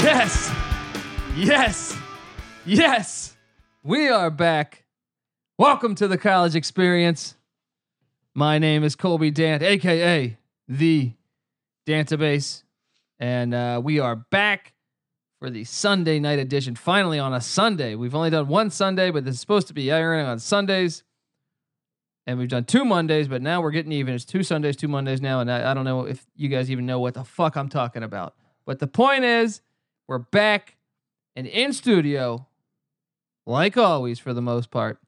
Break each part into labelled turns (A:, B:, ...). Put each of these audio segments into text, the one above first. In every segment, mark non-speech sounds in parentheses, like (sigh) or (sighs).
A: Yes. Yes. Yes. We are back. Welcome to the college experience. My name is Colby Dant, aka the Dantabase. And uh, we are back for the Sunday night edition. Finally on a Sunday. We've only done one Sunday, but this is supposed to be airing on Sundays. And we've done two Mondays, but now we're getting even. It's two Sundays, two Mondays now. And I, I don't know if you guys even know what the fuck I'm talking about. But the point is, we're back and in studio, like always, for the most
B: (laughs)
A: part.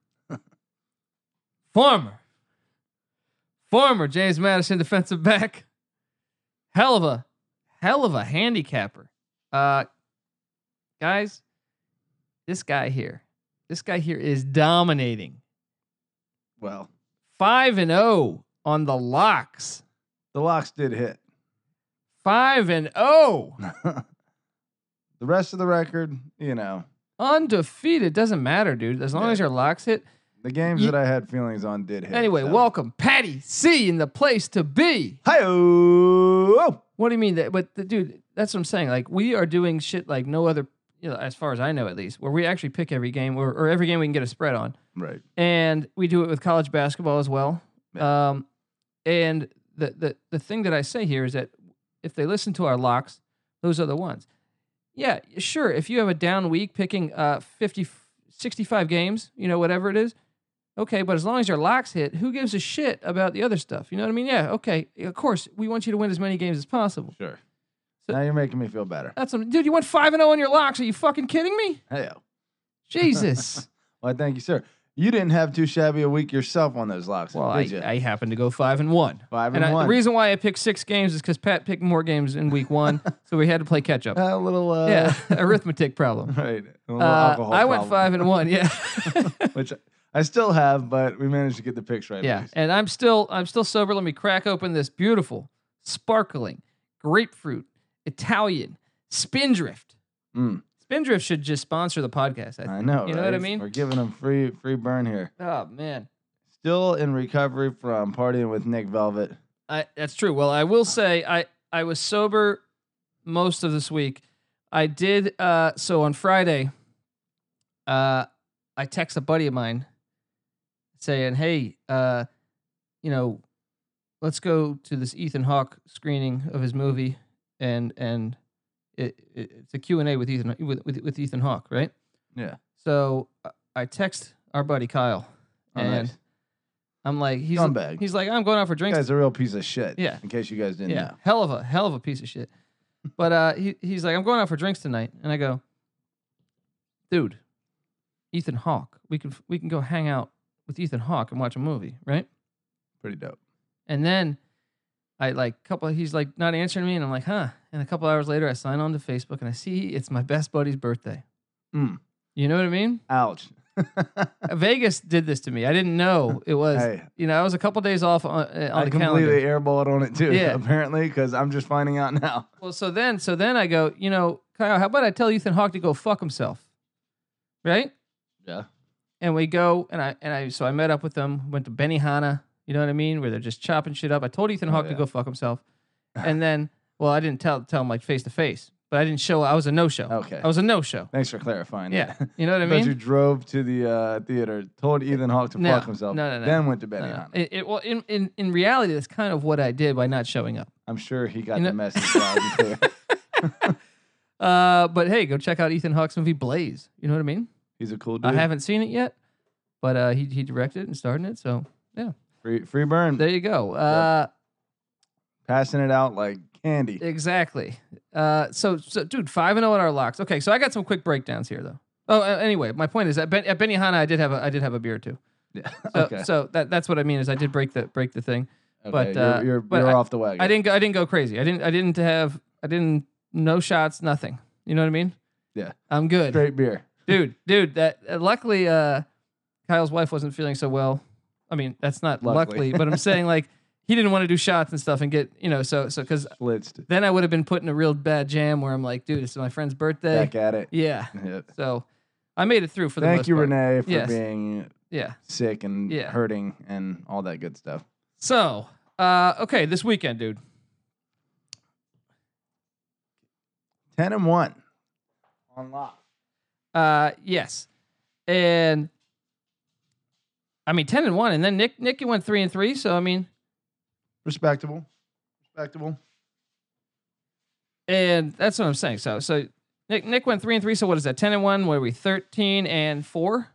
A: former, former James Madison defensive back, hell of a, hell of a handicapper. Uh, guys, this guy here, this guy here is dominating.
B: Well,
A: Five and zero on the locks.
B: the locks did hit. (laughs)
A: Five and oh. zero,
B: the rest of the record, you know,
A: undefeated. Doesn't matter, dude. As long
B: Yeah.
A: as your locks hit.
B: the games
A: Ye-
B: that I had feelings on did hit.
A: Anyway,
B: so.
A: welcome Patty C in the place to be.
B: Hi-oh!
A: What do you mean that? But the, dude, that's what I'm saying. Like we are doing shit like no other, you know, as far as I know at least, where we actually pick every game or, or every game we can get a spread on,
B: Right.
A: and we do it with college basketball as well. Um, and the the the thing that I say here is that if they listen to our locks, those are the ones. Yeah, sure. If you have a down week picking uh 50, 65 games, you know, whatever it is, okay. But as long as your locks hit, who gives a shit about the other stuff? You know what I mean? Yeah, okay. Of course, we want you to win as many games as possible.
B: Sure.
A: So-
B: now you're making me feel better.
A: That's what, dude. You went five and zero on your locks? Are you fucking kidding me?
B: Hey.
A: Jesus.
B: Well, thank you, sir. You didn't have too shabby a week yourself on those locks,
A: (laughs) well, I,
B: did you?
A: I happen to go five and one.
B: Five
A: And
B: and,
A: I,
B: one.
A: the reason why I picked six games is because Pat picked more games in week one, so we had to play catch up.
B: a little, uh,
A: yeah, (laughs) arithmetic problem.
B: (laughs) right. A little
A: Uh,
B: (laughs) alcohol
A: I went
B: problem,
A: five and one.
B: (laughs)
A: Yeah, (laughs)
B: which I still have, but we managed to get the picks right.
A: yeah.
B: at least.
A: And I'm still I'm still sober. Let me crack open this beautiful, sparkling grapefruit Italian Spindrift.
B: Mm,
A: Spindrift should just sponsor the podcast. I think.
B: I know.
A: You know what I
B: right?
A: mean?
B: We're giving them free, free burn here.
A: Oh man,
B: Still in recovery from partying with Nick Velvet.
A: I, that's true. Well, I will say I I was sober most of this week. I did uh so on Friday uh I text a buddy of mine saying, "Hey, uh you know, let's go to this Ethan Hawke screening of his movie and and it, it, it's a Q&A with Ethan with with, with Ethan Hawke, right?
B: Yeah.
A: So I- I text our buddy Kyle
B: Oh,
A: and
B: nice.
A: I'm like he's
B: Scumbag.
A: he's like I'm going out for drinks
B: guy's a real piece of shit.
A: Yeah.
B: In case you guys didn't
A: yeah,
B: know.
A: hell of a hell of a piece of shit. But uh, he he's like, I'm going out for drinks tonight, and I go, dude, Ethan Hawke, we can we can go hang out with Ethan Hawke and watch a movie, right?
B: Pretty dope.
A: And then I like couple, he's like not answering me, and I'm like, huh. And a couple hours later, I sign on to Facebook and I see it's my best buddy's birthday.
B: Mm.
A: You know what I
B: (laughs)
A: mean?
B: Ouch.
A: Vegas did this to me. I didn't know it was.
B: Hey.
A: You know, I was a couple days off on, uh, on
B: I
A: the
B: completely
A: calendar.
B: airballed on it too,
A: Yeah.
B: (laughs) apparently, because I'm just finding out now.
A: Well, so then, so then I go, you know, Kyle, how about I tell Ethan Hawke to go fuck himself, right?
B: Yeah.
A: And we go, and I and I, so I met up with them, went to Benihana, you know what I mean, where they're just chopping shit up. I told Ethan
B: Oh,
A: Hawke to
B: yeah.
A: go fuck himself, and then, well, I didn't tell tell him like face to face, but I didn't show. I was a no show.
B: Okay.
A: I was a no
B: (laughs)
A: show.
B: Thanks for clarifying.
A: Yeah,
B: that.
A: you know
B: (laughs)
A: what I
B: But
A: mean.
B: you drove to the uh, theater, told Ethan Hawke to
A: No,
B: fuck himself,
A: no, no, no.
B: then went to
A: No, no.
B: Benihana.
A: Uh, It, it, well, in, in in reality, that's kind of what I did by not showing up.
B: I'm sure he got
A: You know-
B: the message loud and
A: (laughs)
B: clear.
A: Uh, but hey, go check out Ethan Hawke's movie Blaze. You know what I mean?
B: He's a cool dude.
A: I haven't seen it yet, but uh, he he directed it and starred in it. So
B: free, free burn,
A: there you go. Uh,
B: passing it out like candy.
A: Exactly. Uh, so, so, dude, five and zero at our locks. Okay, so I got some quick breakdowns here, though. Oh, uh, anyway, my point is that ben, at Benihana, I did have a I did have a beer or two.
B: Yeah.
A: (laughs) So,
B: okay.
A: so that that's what I mean is I did break the break the thing. but,
B: Okay,
A: uh,
B: you're, you're,
A: but
B: you're
A: I-
B: off the wagon.
A: I didn't go, I didn't go crazy. I didn't I didn't have I didn't no shots, nothing. You know what I mean?
B: Yeah.
A: I'm good,
B: Straight beer.
A: dude. Dude, that uh, luckily uh, Kyle's wife wasn't feeling so well. I mean, that's not
B: Luckily.
A: luckily but I'm saying like he didn't want to do shots and stuff and get you know so so because
B: Blitzed.
A: then I would have been put in a real bad jam where I'm like, dude, it's my friend's birthday.
B: Back at it.
A: Yeah.
B: Yep.
A: So I made it through for the
B: Thank
A: most
B: you,
A: part.
B: Renee, for
A: Yes.
B: being
A: Yeah.
B: sick and
A: Yeah.
B: hurting and all that good stuff.
A: So uh, okay, this weekend, dude.
B: Ten and one. On lock.
A: Uh, yes, and I mean ten and one, and then Nick Nick you went three and three. So I mean,
B: Respectable. Respectable.
A: and that's what I'm saying. So so Nick Nick went three and three. So what is that? Ten and one. Where we thirteen and four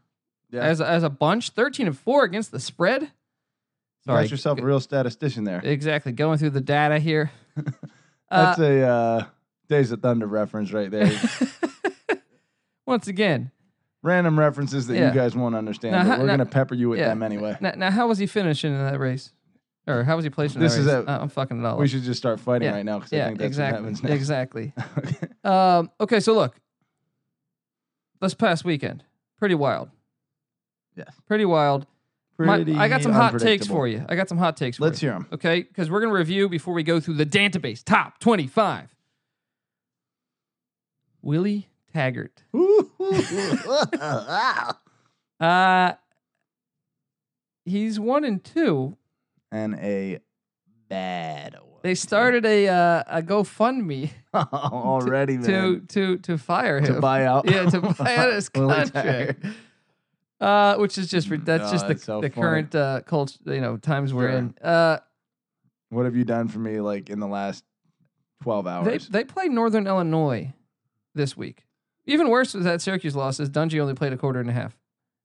B: Yeah.
A: as as a bunch. Thirteen and four against the spread.
B: You
A: Sorry,
B: Got yourself a real statistician there.
A: exactly going through the data here. Uh,
B: (laughs) That's a uh, Days of Thunder reference right there.
A: (laughs) Once again,
B: Random references that
A: Yeah.
B: you guys won't understand,
A: Now,
B: but
A: how-
B: we're
A: now-
B: gonna pepper you with
A: yeah.
B: them
A: (laughs)
B: anyway.
A: now, now how was he finishing in that race, or how was he placing? in
B: This
A: that
B: is
A: race?
B: a-
A: Uh, I'm fucking it all.
B: We
A: up.
B: should just start fighting
A: Yeah.
B: right now because I
A: yeah,
B: think that's
A: exactly.
B: what happens next. (laughs)
A: Exactly. Um, okay, so look, this past weekend, pretty wild.
B: Yes.
A: Pretty wild. My- I got some hot takes for you. I got some hot takes for
B: Let's
A: you.
B: hear
A: (laughs)
B: them.
A: Okay, because we're going to review before we go through the database top 25. Willie Taggart. Uh, he's one and two.
B: (laughs) and a bad one.
A: They started a uh, a GoFundMe
B: (laughs) already
A: to
B: man.
A: to to fire
B: to
A: him.
B: buy out.
A: Yeah,
B: (laughs)
A: to buy out his
B: Willie
A: contract.
B: Taggart.
A: Uh, which is just re- that's
B: Oh,
A: just the,
B: that's so
A: the
B: funny.
A: current uh, culture, you know, times we're
B: Sure.
A: in. Uh,
B: What have you done for me like in the last twelve
A: they (laughs)
B: hours?
A: they play Northern Illinois this week. Even worse was that Syracuse loss is Dungy only played a quarter and a half.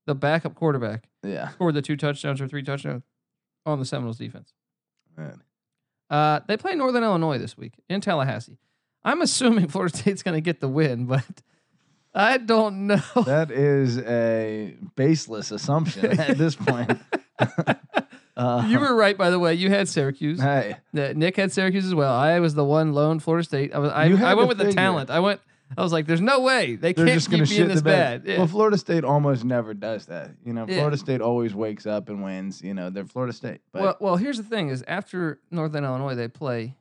A: The backup quarterback
B: yeah.
A: scored the two touchdowns or three touchdowns on the Seminoles defense.
B: Man.
A: Uh, they play Northern Illinois this week in Tallahassee. I'm assuming (laughs) Florida State's going to get the win, but I don't know.
B: That is a
A: (laughs)
B: baseless assumption at this point. uh,
A: you were right, by the way. You had Syracuse.
B: hey,
A: Yeah, Nick had Syracuse as well. I was the one lone Florida State. I was I,
B: You had
A: I went
B: to
A: with the
B: figure.
A: talent. I went. I was like, "There's no way they
B: they're
A: can't
B: just going
A: keep
B: to shit
A: being
B: the
A: this
B: bed.
A: bad." Yeah.
B: Well, Florida State almost never does that. You know,
A: Yeah.
B: Florida State always wakes up and wins. You know, they're Florida State. But
A: well, well, here's the thing: is after Northern Illinois, they play.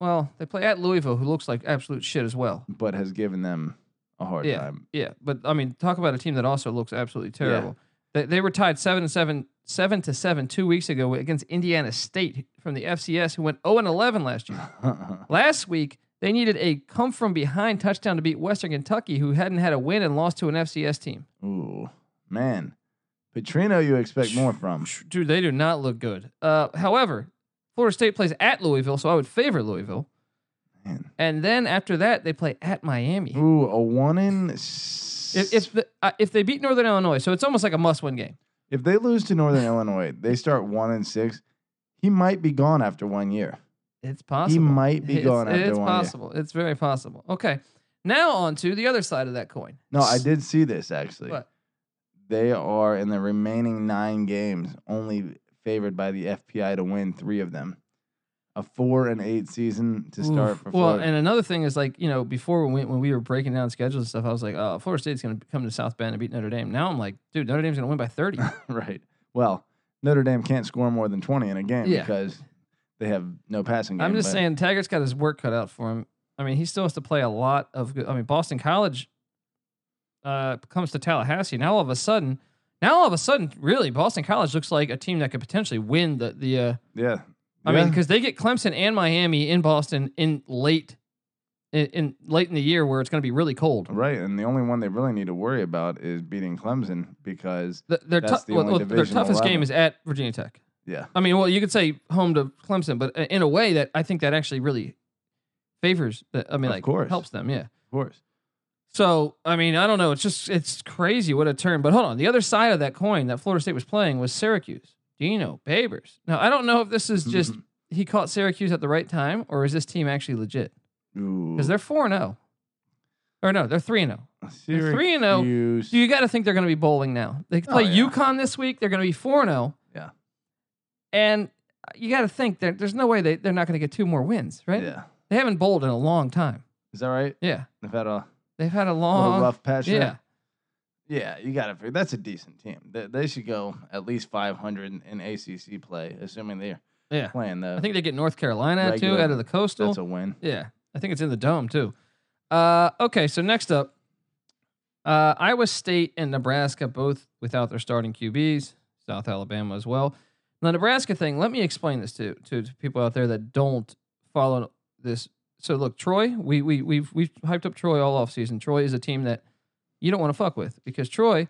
A: Well, they play at Louisville, who looks like absolute shit as well.
B: but has given them a hard time.
A: Yeah, but I mean, talk about a team that also looks absolutely terrible. They, they were tied seven and seven, seven to seven two weeks ago against Indiana State from the FCS, who went zero and eleven last year.
B: (sighs)
A: Last week, they needed a come from behind touchdown to beat Western Kentucky, who hadn't had a win and lost to an FCS team.
B: (laughs) Ooh, man, Petrino, you expect more from?
A: Dude, they do not look good. Uh, however, Florida State plays at Louisville, so I would favor Louisville.
B: Man.
A: And then after that, they play at Miami.
B: Ooh, a one in. s-
A: If if, the, uh, if they beat Northern Illinois, so it's almost like a must-win game.
B: If they lose to Northern Illinois, they start one and six. He might be gone after one year.
A: It's possible.
B: might be
A: it's,
B: gone after
A: It's
B: one year.
A: possible. It's very possible. Okay. Now on to the other side of that coin.
B: No, I did see this actually.
A: What?
B: They are in the remaining nine games only favored by the FPI to win three of them. A four and eight season to start
A: Oof.
B: for
A: Well,
B: Florida.
A: and another thing is like you know before when we when we were breaking down schedules and stuff, I was like, oh, Florida State's going to come to South Bend and beat Notre Dame. Now I'm like, dude, Notre Dame's going to win by
B: (laughs)
A: thirty.
B: right. Well, Notre Dame can't score more than twenty in a game
A: Yeah.
B: because they have no passing game.
A: I'm just
B: but
A: saying, Taggart's got his work cut out for him. I mean, he still has to play a lot of. Good, I mean, Boston College uh, comes to Tallahassee. Now all of a sudden, now all of a sudden, really, Boston College looks like a team that could potentially win the the. Uh,
B: Yeah.
A: I mean,
B: Yeah.
A: because they get Clemson and Miami in Boston in late, in, in late in the year where it's going to be really cold.
B: Right, and the only one they really need to worry about is beating Clemson because
A: Th- their,
B: That's
A: tou-
B: the
A: well,
B: only
A: well, their
B: divisional
A: toughest game
B: rival.
A: is at Virginia Tech.
B: yeah,
A: I mean, well, you could say home to Clemson, but i- in a way that I think that actually really favors. The, I mean,
B: Of
A: like
B: course.
A: helps them. Yeah.
B: of course.
A: So, I mean, I don't know. It's just, it's crazy what a turn. But hold on. The other side of that coin that Florida State was playing was Syracuse, Dino, Babers. Now, I don't know if this is just he caught Syracuse at the right time or is this team actually legit?
B: Ooh.
A: Because they're 4 0. Or no, they're 3 0. they're 3-0.
B: Syracuse.
A: So you got to think they're going to be bowling now. They
B: Oh,
A: play
B: yeah.
A: UConn this week. They're going to be 4 0.
B: Yeah.
A: And you got to think that there's no way they, they're not going to get two more wins, right?
B: Yeah.
A: They haven't bowled in a long time.
B: Is that right?
A: Yeah.
B: They've had a
A: They've had a
B: little
A: long.
B: rough patch. there?
A: Uh-huh. yeah.
B: Yeah, you got to figure that's a decent team. They, they should go at least 500 in, in ACC play, assuming they're
A: Yeah.
B: playing the.
A: I think they get North Carolina too
B: Regular.
A: out of the coastal.
B: that's a win.
A: yeah. I think it's in the dome too. Uh, okay. So next up, uh, Iowa State and Nebraska both without their starting QBs, South Alabama as well. The Nebraska thing, let me explain this to, to, to people out there that don't follow this. So look, Troy, we, we, we've, we've hyped up Troy all offseason. Troy is a team that you don't want to fuck with because Troy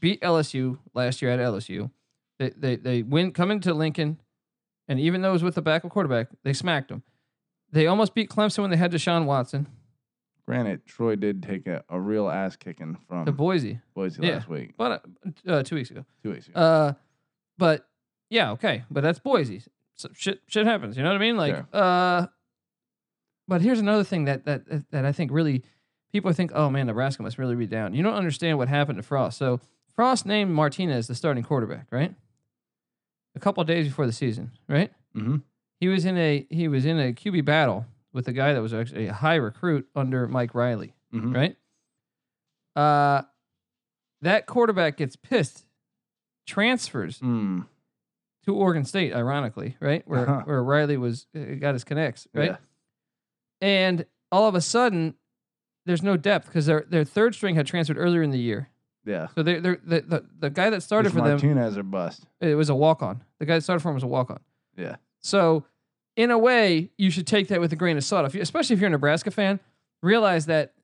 A: beat LSU last year at LSU. They, they, they win, come into Lincoln, and even though it was with the backup quarterback, they smacked them. They almost beat Clemson when they had Deshaun Watson
B: Granted, Troy did take a, a real ass kicking from
A: to Boise,
B: Boise
A: yeah.
B: last week,
A: but uh, uh, two weeks ago.
B: two weeks ago.
A: Uh, but yeah, okay, but that's Boise. So shit, shit happens. You know what I mean? Like,
B: Sure.
A: uh, but here's another thing that that that- that I think really people think, oh man, Nebraska must really be down. You don't understand what happened to Frost. So Frost named Martinez the starting quarterback, right? A couple days before the season, right?
B: mm-hmm.
A: He was in a he was in a QB battle with a guy that was actually a high recruit under Mike Riley
B: Mm-hmm.
A: right? Uh, that quarterback gets pissed, transfers
B: Mm.
A: to Oregon State, ironically, right? Where
B: Uh-huh.
A: where Riley was uh, got his connects, right?
B: Yeah.
A: And all of a sudden, there's no depth because their their third string had transferred earlier in the year.
B: Yeah.
A: So they they the, the the guy that started
B: It's
A: for them
B: Martinez or bust.
A: it was a walk on. The guy that started for him was a walk on.
B: Yeah.
A: So, in a way, you should take that with a grain of salt. If you, especially if you're a Nebraska fan, realize that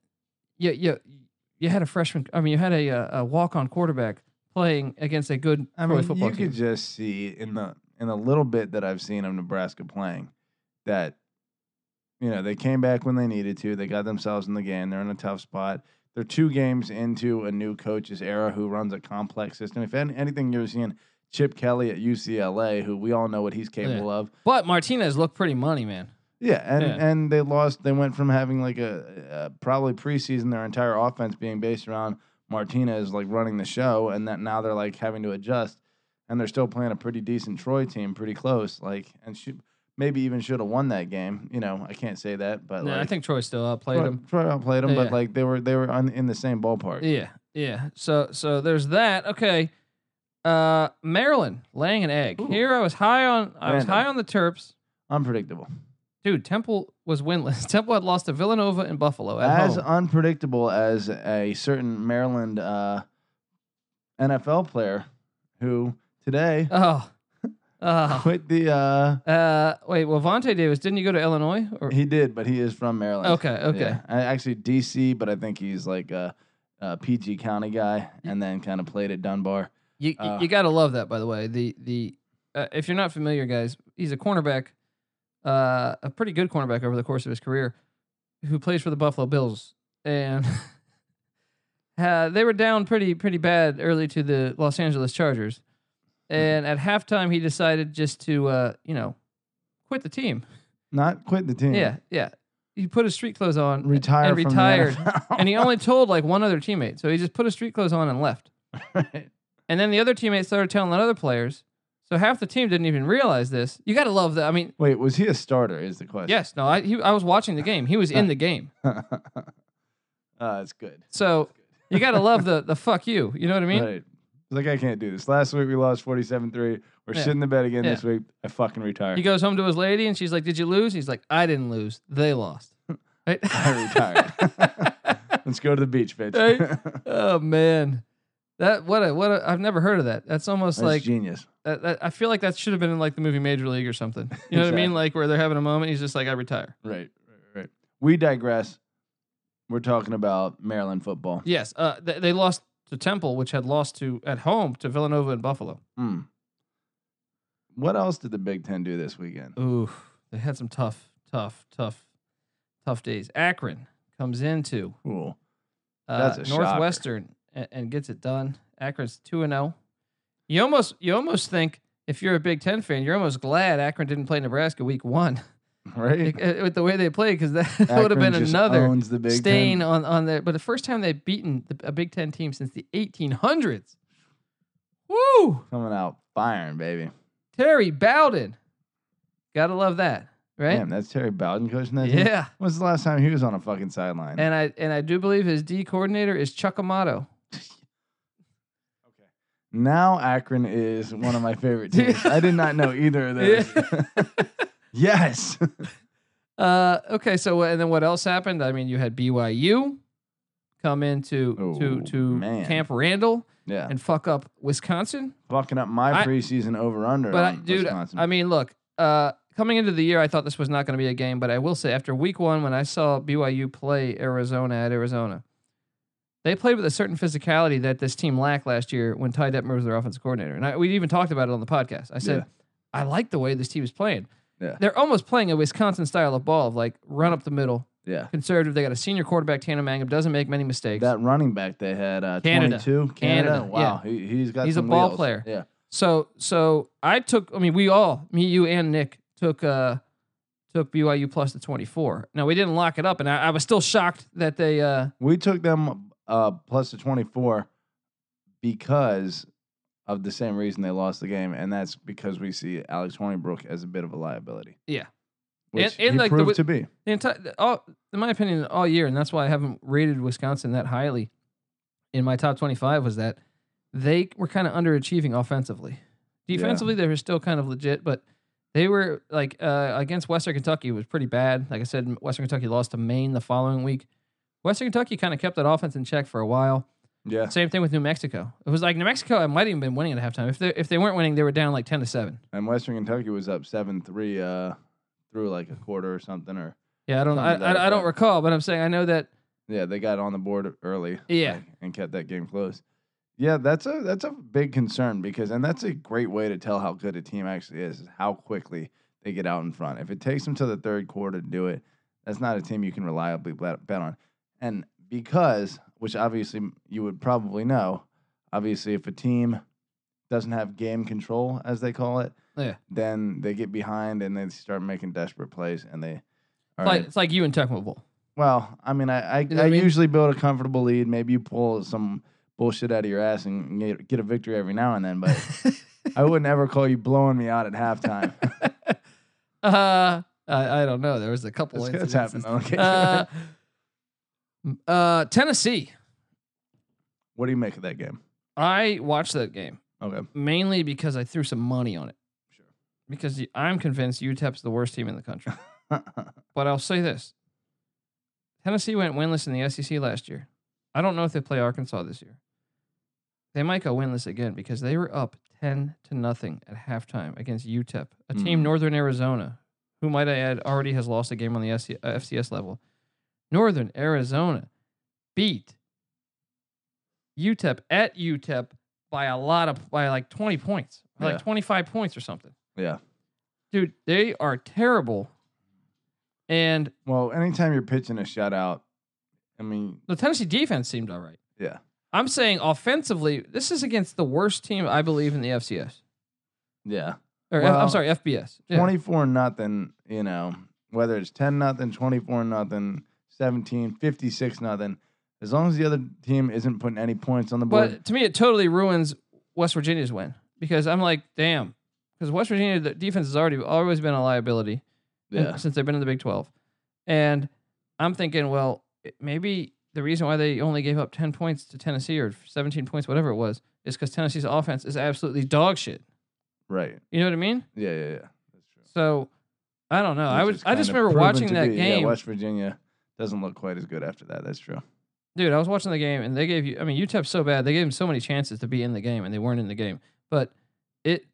A: you you you had a freshman. I mean, you had a uh, a walk on quarterback playing against a good
B: I
A: pro
B: mean,
A: football
B: you
A: team.
B: could just see in the in the little bit that I've seen of Nebraska playing that you know they came back when they needed to. They got themselves in the game. They're in a tough spot. They're two games into a new coach's era who runs a complex system. If any, anything you're seeing Chip Kelly at UCLA, who we all know what he's capable of.
A: but Martinez looked pretty money, man.
B: Yeah, and
A: Yeah.
B: and they lost. They went from having like a, a probably preseason their entire offense being based around Martinez like running the show, and that now they're like having to adjust, and they're still playing a pretty decent Troy team, pretty close. Like, and should maybe even should have won that game. You know, I can't say that, but
A: No,
B: like,
A: I think Troy still outplayed
B: Troy,
A: him.
B: Troy outplayed them,
A: Yeah.
B: but like they were they were on, in the same ballpark.
A: Yeah, yeah. So so there's that. Okay. Uh, Maryland laying an egg.
B: Ooh.
A: Here I was high on I was
B: Random.
A: high on the Terps.
B: Unpredictable,
A: Dude, Temple was winless. (laughs) Temple had lost to Villanova and Buffalo at
B: as
A: home.
B: unpredictable as a certain Maryland uh, NFL player who today. (laughs)
A: Oh, oh.
B: Quit the uh
A: Uh, wait. Well, Vontae Davis didn't you go to Illinois? Or
B: He did, but he is from Maryland.
A: okay, okay.
B: Yeah. I- Actually, DC, but I think he's like a, a PG County guy, and then kind of played at Dunbar.
A: You you-
B: Uh.
A: you gotta love that. By the way, the the uh, if you're not familiar, guys, he's a cornerback, uh, a pretty good cornerback over the course of his career, who plays for the Buffalo Bills, and (laughs) uh, they were down pretty pretty bad early to the Los Angeles Chargers,
B: Mm-hmm.
A: and at halftime he decided just to uh, you know quit the team.
B: Not quit the team.
A: Yeah, yeah. He put his street clothes on,
B: Retired.
A: and
B: from the
A: retired.
B: (laughs) NFL.
A: and he only told like one other teammate. So he just put his street clothes on and left.
B: (laughs) Right.
A: And then the other teammates started telling the other players. So half the team didn't even realize this. You got to love that. I mean,
B: Wait, was he a starter? Is the question.
A: yes, no, I he, I was watching the game. He was in the game.
B: Yeah. uh, it's good.
A: So you got to love the the fuck you. You know what I mean?
B: right. It's like I can't do this. Last week we lost forty-seven three. We're
A: Yeah.
B: shitting the bed again
A: Yeah.
B: this week. I fucking retired.
A: He goes home to his lady and she's like, "Did you lose?" He's like, "I didn't lose. They lost." Right?
B: (laughs) I retired. Let's go to the beach, bitch.
A: (laughs) Right? oh man. That what a what a I've never heard of that. That's almost
B: That's
A: like
B: genius.
A: that, that, I feel like that should have been in like the movie Major League or something. You know what I mean?
B: Exactly.
A: Like where they're having a moment, he's just like, I retire.
B: Right, right, right. We digress. We're talking about Maryland football.
A: Yes, uh, th- they lost to Temple, which had lost to at home to Villanova and Buffalo.
B: Hmm. What else did the Big Ten do this weekend?
A: Ooh, they had some tough, tough, tough, tough days. Akron comes into uh,
B: Cool. That's a shocker.
A: Northwestern and, and gets it done. Akron's two and zero. You almost you almost think if you're a Big Ten fan, you're almost glad Akron didn't play Nebraska week one
B: (laughs)
A: (laughs)
B: right?
A: Uh, with the way they played because that, that would have
B: Akron
A: been
B: just
A: another
B: owns the Big
A: stain
B: Ten.
A: on on their. But the first time they've beaten the, a Big Ten team since the 1800s. Woo!
B: coming out firing, baby.
A: Terry Bowden, gotta love that, right?
B: Damn, that's Terry Bowden coaching that. Team?
A: yeah.
B: When's the last time he was on a fucking sideline?
A: And I and I do believe his D coordinator is Chuck Amato.
B: now Akron is one of my
A: (laughs)
B: favorite teams. I did not know either of those. (laughs)
A: (laughs)
B: yes.
A: Uh, okay, so and then what else happened? I mean, you had BYU come into to
B: Oh,
A: to
B: man.
A: Camp Randall
B: Yeah.
A: and fuck up Wisconsin.
B: Fucking up my
A: I-
B: preseason over under.
A: But I,
B: on
A: dude,
B: Wisconsin.
A: I mean, look, uh, coming into the year, I thought this was not going to be a game, but I will say after week one, when I saw BYU play Arizona at Arizona, they played with a certain physicality that this team lacked last year when Ty Detmer was their offensive coordinator, and I, we even talked about it on the podcast. I said, I like the way this team is playing.
B: Yeah.
A: They're almost playing a Wisconsin style of ball of like run up the middle,
B: yeah.
A: conservative. They got a senior quarterback, Tanner Mangum, doesn't make many mistakes.
B: That running back they had, uh,
A: Canada.
B: 22, Canada.
A: Canada,
B: Wow, he, he's got.
A: He's a
B: some
A: ball
B: wheels.
A: player.
B: Yeah,
A: So so I took I mean we all me you and Nick took uh took BYU plus the 24. Now we didn't lock it up and I, I was still shocked that they uh
B: we took them uh, plus the twenty four because of the same reason they lost the game, and that's because we see Alex Hornibrook as a bit of a liability.
A: Yeah.
B: which
A: And- and
B: he
A: like the wi-
B: proved to be.
A: the entire all in my opinion all year and that's why I haven't rated Wisconsin that highly in my top 25 was that they were kind of underachieving offensively.
B: Yeah.
A: Defensively they were still kind of legit but they were like uh, against Western Kentucky was pretty bad. Like I said Western Kentucky lost to Maine the following week. Western Kentucky kind of kept that offense in check for a while.
B: Yeah,
A: Same thing with New Mexico. It was like New Mexico. I might even been winning at halftime. If they if they weren't winning, they were down like ten to seven.
B: and Western Kentucky was up seven three uh, through like a quarter or something, or
A: Yeah, I don't. I,
B: Something to that
A: I, I don't
B: effect.
A: recall, but I'm saying I know that.
B: yeah, they got on the board early.
A: Yeah.
B: like, and kept that game close. Yeah, that's a that's a big concern because and that's a great way to tell how good a team actually is, is how quickly they get out in front. If it takes them to the third quarter to do it, that's not a team you can reliably bet bet on. And because, which obviously you would probably know, obviously if a team doesn't have game control as they call it,
A: Yeah.
B: then they get behind and they start making desperate plays and they are
A: It's like, it's like you and Tecmo
B: (laughs)
A: Bowl.
B: well, I mean, I I,
A: know
B: I,
A: what I mean?
B: usually build a comfortable lead. Maybe you pull some bullshit out of your ass and get, get a victory every now and then. But
A: (laughs)
B: I wouldn't ever call you blowing me out at halftime.
A: Uh, I, I don't know. There was a couple.
B: That's, that's
A: incidences.
B: happened on occasion.
A: Uh, uh, Tennessee.
B: (laughs) what do you make of that game?
A: I watched that game
B: Okay,
A: mainly because I threw some money on it.
B: Sure.
A: Because the- I'm convinced UTEP's the worst team in the country. But I'll say this: Tennessee went winless in the SEC last year. I don't know if they play Arkansas this year. They might go winless again because they were up ten to nothing at halftime against UTEP, a team
B: Mm.
A: Northern Arizona, who might I add already has lost a game on the SC, uh, FCS level. Northern Arizona beat UTEP at UTEP by a lot of by like twenty points, by
B: Yeah.
A: like twenty five points or something.
B: yeah.
A: Dude, they are terrible. And
B: Well, anytime you're pitching a shutout, I mean,
A: the Tennessee defense seemed all right.
B: yeah,
A: I'm saying offensively, this is against the worst team I believe in the FCS.
B: yeah,
A: Or F-
B: Well,
A: I'm sorry, FBS. Yeah.
B: twenty four nothing. You know, whether it's ten nothing, twenty four nothing, 17, 56 nothing. As long as the other team isn't putting any points on the board,
A: But to me, it totally ruins West Virginia's win because I'm like, damn. Because West Virginia, the defense has already always been a liability and- (laughs)
B: yeah,
A: since they've been in the Big 12. And I'm thinking, well, it- maybe the reason why they only gave up 10 points to Tennessee or 17 points, whatever it was, is because Tennessee's offense is absolutely dog shit.
B: right,
A: You know what I mean?
B: yeah, yeah, yeah. That's true.
A: So I don't know. Oh, I
B: which
A: was
B: is
A: I just
B: kinda
A: remember
B: proven
A: watching
B: to
A: that
B: be-
A: game,
B: Yeah, West Virginia doesn't look quite as good after that. That's true.
A: dude. I was watching the game, and they gave you. I mean, UTEP's so bad. They gave them so many chances to be in the game, and they weren't in the game. But it,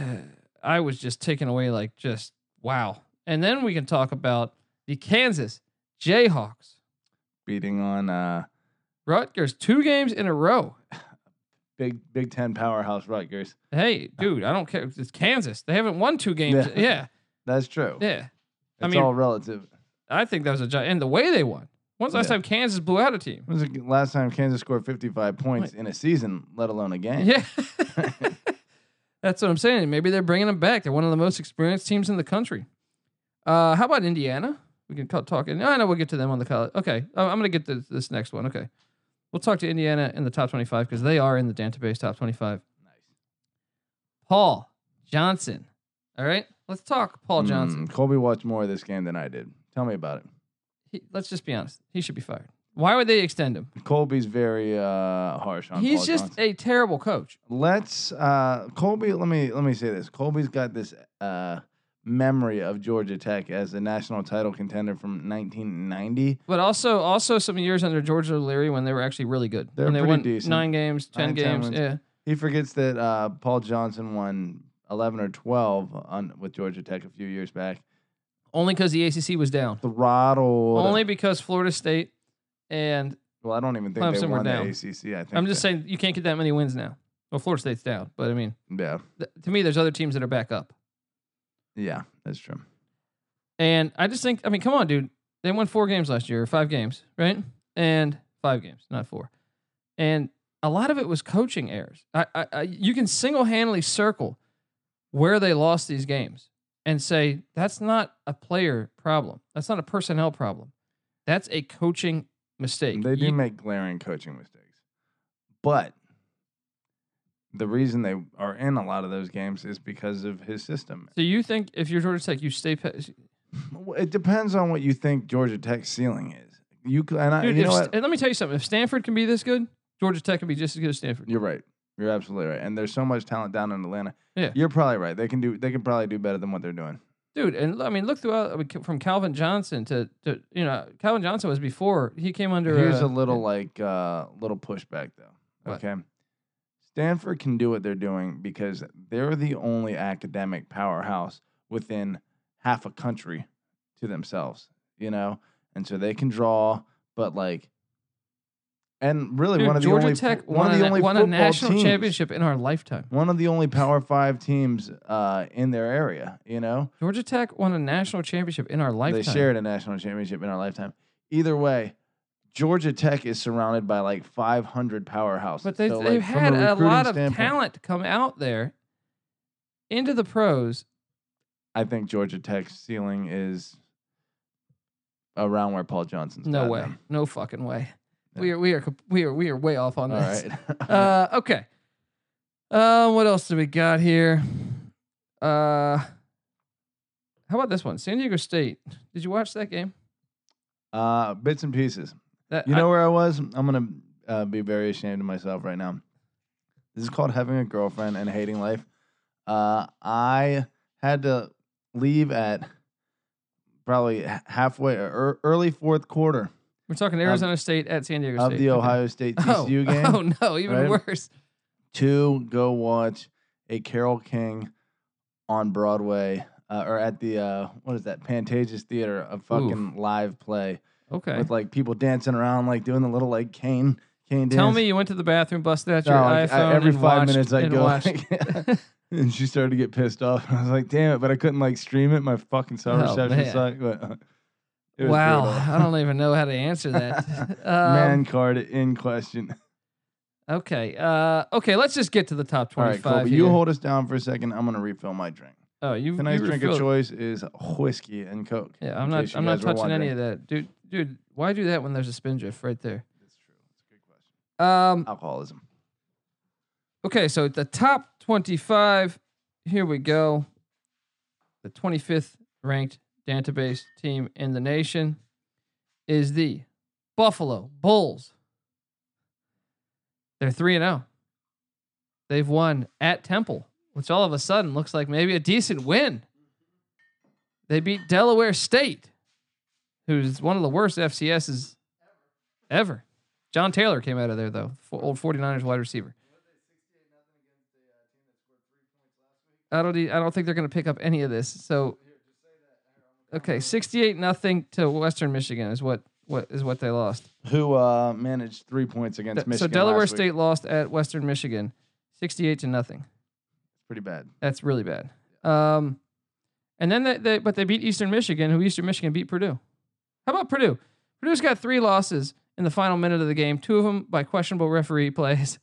A: (sighs) I was just taken away, like just wow. And then we can talk about the Kansas Jayhawks.
B: Beating on uh,
A: Rutgers two games in a row.
B: big Big Ten powerhouse Rutgers.
A: Hey, dude, I don't care. It's Kansas. They haven't won two games.
B: Yeah.
A: Yeah, yeah.
B: That's true.
A: yeah.
B: It's
A: I mean-
B: all relative.
A: I think that was a giant. And the way they won, When's the last
B: Yeah.
A: time Kansas blew out a team?
B: When was the last time Kansas scored 55 points in a season, let alone a game?
A: Yeah. (laughs) That's what I'm saying. Maybe they're bringing them back. They're one of the most experienced teams in the country. Uh, how about Indiana? We can talk. talk I know we'll get to them on the college. Okay. Oh, I'm going to get to this next one. Okay. We'll talk to Indiana in the top 25 because they are in the database top 25.
B: Nice.
A: Paul Johnson. All right. Let's talk Paul Johnson.
B: Mm, Colby watched more of this game than I did. Tell me about it.
A: He, let's just be honest. He should be fired. Why would they extend him?
B: Colby's very uh, harsh on.
A: He's
B: Paul
A: just
B: Johnson.
A: a terrible coach.
B: Let's uh, Colby. Let me let me say this. Colby's got this uh, memory of Georgia Tech as a national title contender from 1990.
A: But also, also some years under George O'Leary when they were actually really good.
B: They're
A: when they
B: pretty
A: won
B: decent.
A: nine games, ten
B: Nine, 10
A: games.
B: wins.
A: yeah.
B: He forgets that uh, Paul Johnson won 11 or 12 on with Georgia Tech a few years back.
A: Only because the ACC was down.
B: Throttled.
A: Only because Florida State and
B: Well, I don't even think they
A: Clemson were
B: won the
A: down.
B: ACC. I think.
A: I'm just
B: that-
A: saying you can't get that many wins now. Well, Florida State's down, but I mean,
B: Yeah,
A: th- to me, there's other teams that are back up.
B: yeah, that's true.
A: And I just think, I mean, come on, dude. They won four games last year, five games, right? And five games, not four. And a lot of it was coaching errors. I, I, I you can single handedly circle where they lost these games and say that's not a player problem. That's not a personnel problem. That's a coaching mistake.
B: They do
A: You-
B: make glaring coaching mistakes. But the reason they are in a lot of those games is because of his system.
A: so you think if you're Georgia Tech, you stay. pa- Dude,
B: Uh, Well, It depends on what you think Georgia Tech's ceiling is. You c- and I, you
A: if
B: know
A: St-
B: what?
A: and let me tell you something. If Stanford can be this good, Georgia Tech can be just as good as Stanford.
B: You're right. You're absolutely right. And there's so much talent down in Atlanta.
A: Yeah.
B: You're probably right. They can do they can probably do better than what they're doing.
A: dude. And I mean, look throughout I mean, from Calvin Johnson to, to you know, Calvin Johnson was before he came under.
B: Here's
A: uh,
B: a little like uh little pushback though.
A: What?
B: Okay. Stanford can do what they're doing because they're the only academic powerhouse within half a country to themselves, you know? And so they can draw, but like and really
A: dude,
B: one of the
A: Georgia
B: only
A: Tech
B: one
A: won,
B: of the
A: a,
B: only
A: won a
B: football
A: national
B: teams,
A: championship in our lifetime.
B: One of the only Power 5 teams uh in their area, you know?
A: Georgia Tech won a national championship in our lifetime.
B: They shared a national championship in our lifetime. Either way, Georgia Tech is surrounded by like 500 powerhouses.
A: but they,
B: So,
A: they've
B: like, from
A: had a,
B: recruiting
A: lot of
B: standpoint,
A: talent come out there into the pros.
B: I think Georgia Tech's ceiling is around where Paul Johnson's.
A: No
B: got
A: way,
B: them.
A: no fucking way.
B: Yeah.
A: We are we are comp- we are we are way off on
B: All
A: this. (laughs)
B: right.
A: Uh, okay. Uh, what else do we got here? Uh, how about this one? San Diego State. Did you watch that game?
B: (laughs) uh, bits and pieces.
A: That,
B: You know where I was? I'm gonna uh, be very ashamed of myself right now. This is called having a girlfriend and hating life. Uh, I had to leave at probably h- halfway or ear- early fourth quarter
A: I, we're talking Arizona State at San Diego
B: um, of
A: State. (laughs)
B: the
A: Okay.
B: Ohio State
A: oh,
B: TCU
A: (laughs)
B: game
A: Oh no, even
B: right?
A: worse.
B: to go watch a Carol King on Broadway uh, or at the uh, what is that Pantages Theater a fucking live play
A: Okay.
B: with like people dancing around like doing the little like cane cane dance.
A: Tell me you went to the bathroom, busted out your
B: No, I-
A: iPhone.
B: I- every
A: and
B: five
A: watched-
B: minutes I
A: and
B: go.
A: watched-
B: (laughs)
A: (laughs)
B: and she started to get pissed off, and I was like, "Damn it!" But I couldn't like stream it. My fucking cell
A: Oh,
B: reception
A: man.
B: sucked. But uh, it was
A: wow,
B: brutal.
A: I don't even know how to answer
B: (laughs)
A: that. Um,
B: man card in question. (laughs)
A: Okay. Uh, okay. Let's just get to the top
B: All right,
A: twenty-five.
B: Colby, you
A: here.
B: hold us down for a second. I'm gonna refill my drink.
A: Oh, you.
B: Tonight's
A: you
B: drink
A: refilled-
B: of choice is whiskey and coke.
A: Yeah, I'm
B: in
A: not.
B: case you
A: I'm not
B: guys were
A: touching any of that, dude. Dude, why do that when there's a spindrift right there?
B: That's true. That's a good question.
A: Um.
B: Alcoholism.
A: Okay, so the top 25. Here we go. The 25th ranked database team in the nation is the Buffalo Bulls. They're three and zero. They've won at Temple, which all of a sudden looks like maybe a decent win. They beat Delaware State, who's one of the worst FCSs ever. John Taylor came out of there though, fo- old 49ers wide receiver. I don't. e- I don't think they're going to pick up any of this. So, okay, sixty-eight nothing to Western Michigan is what what is what they lost.
B: Who uh, managed three points against
A: Th-
B: Michigan?
A: so Delaware
B: last week?
A: State lost at Western Michigan, sixty-eight to nothing.
B: Pretty bad.
A: That's really bad. Um, and then they, they but they beat Eastern Michigan, who Eastern Michigan beat Purdue. How about Purdue? Purdue's got three losses in the final minute of the game, two of them by questionable referee plays.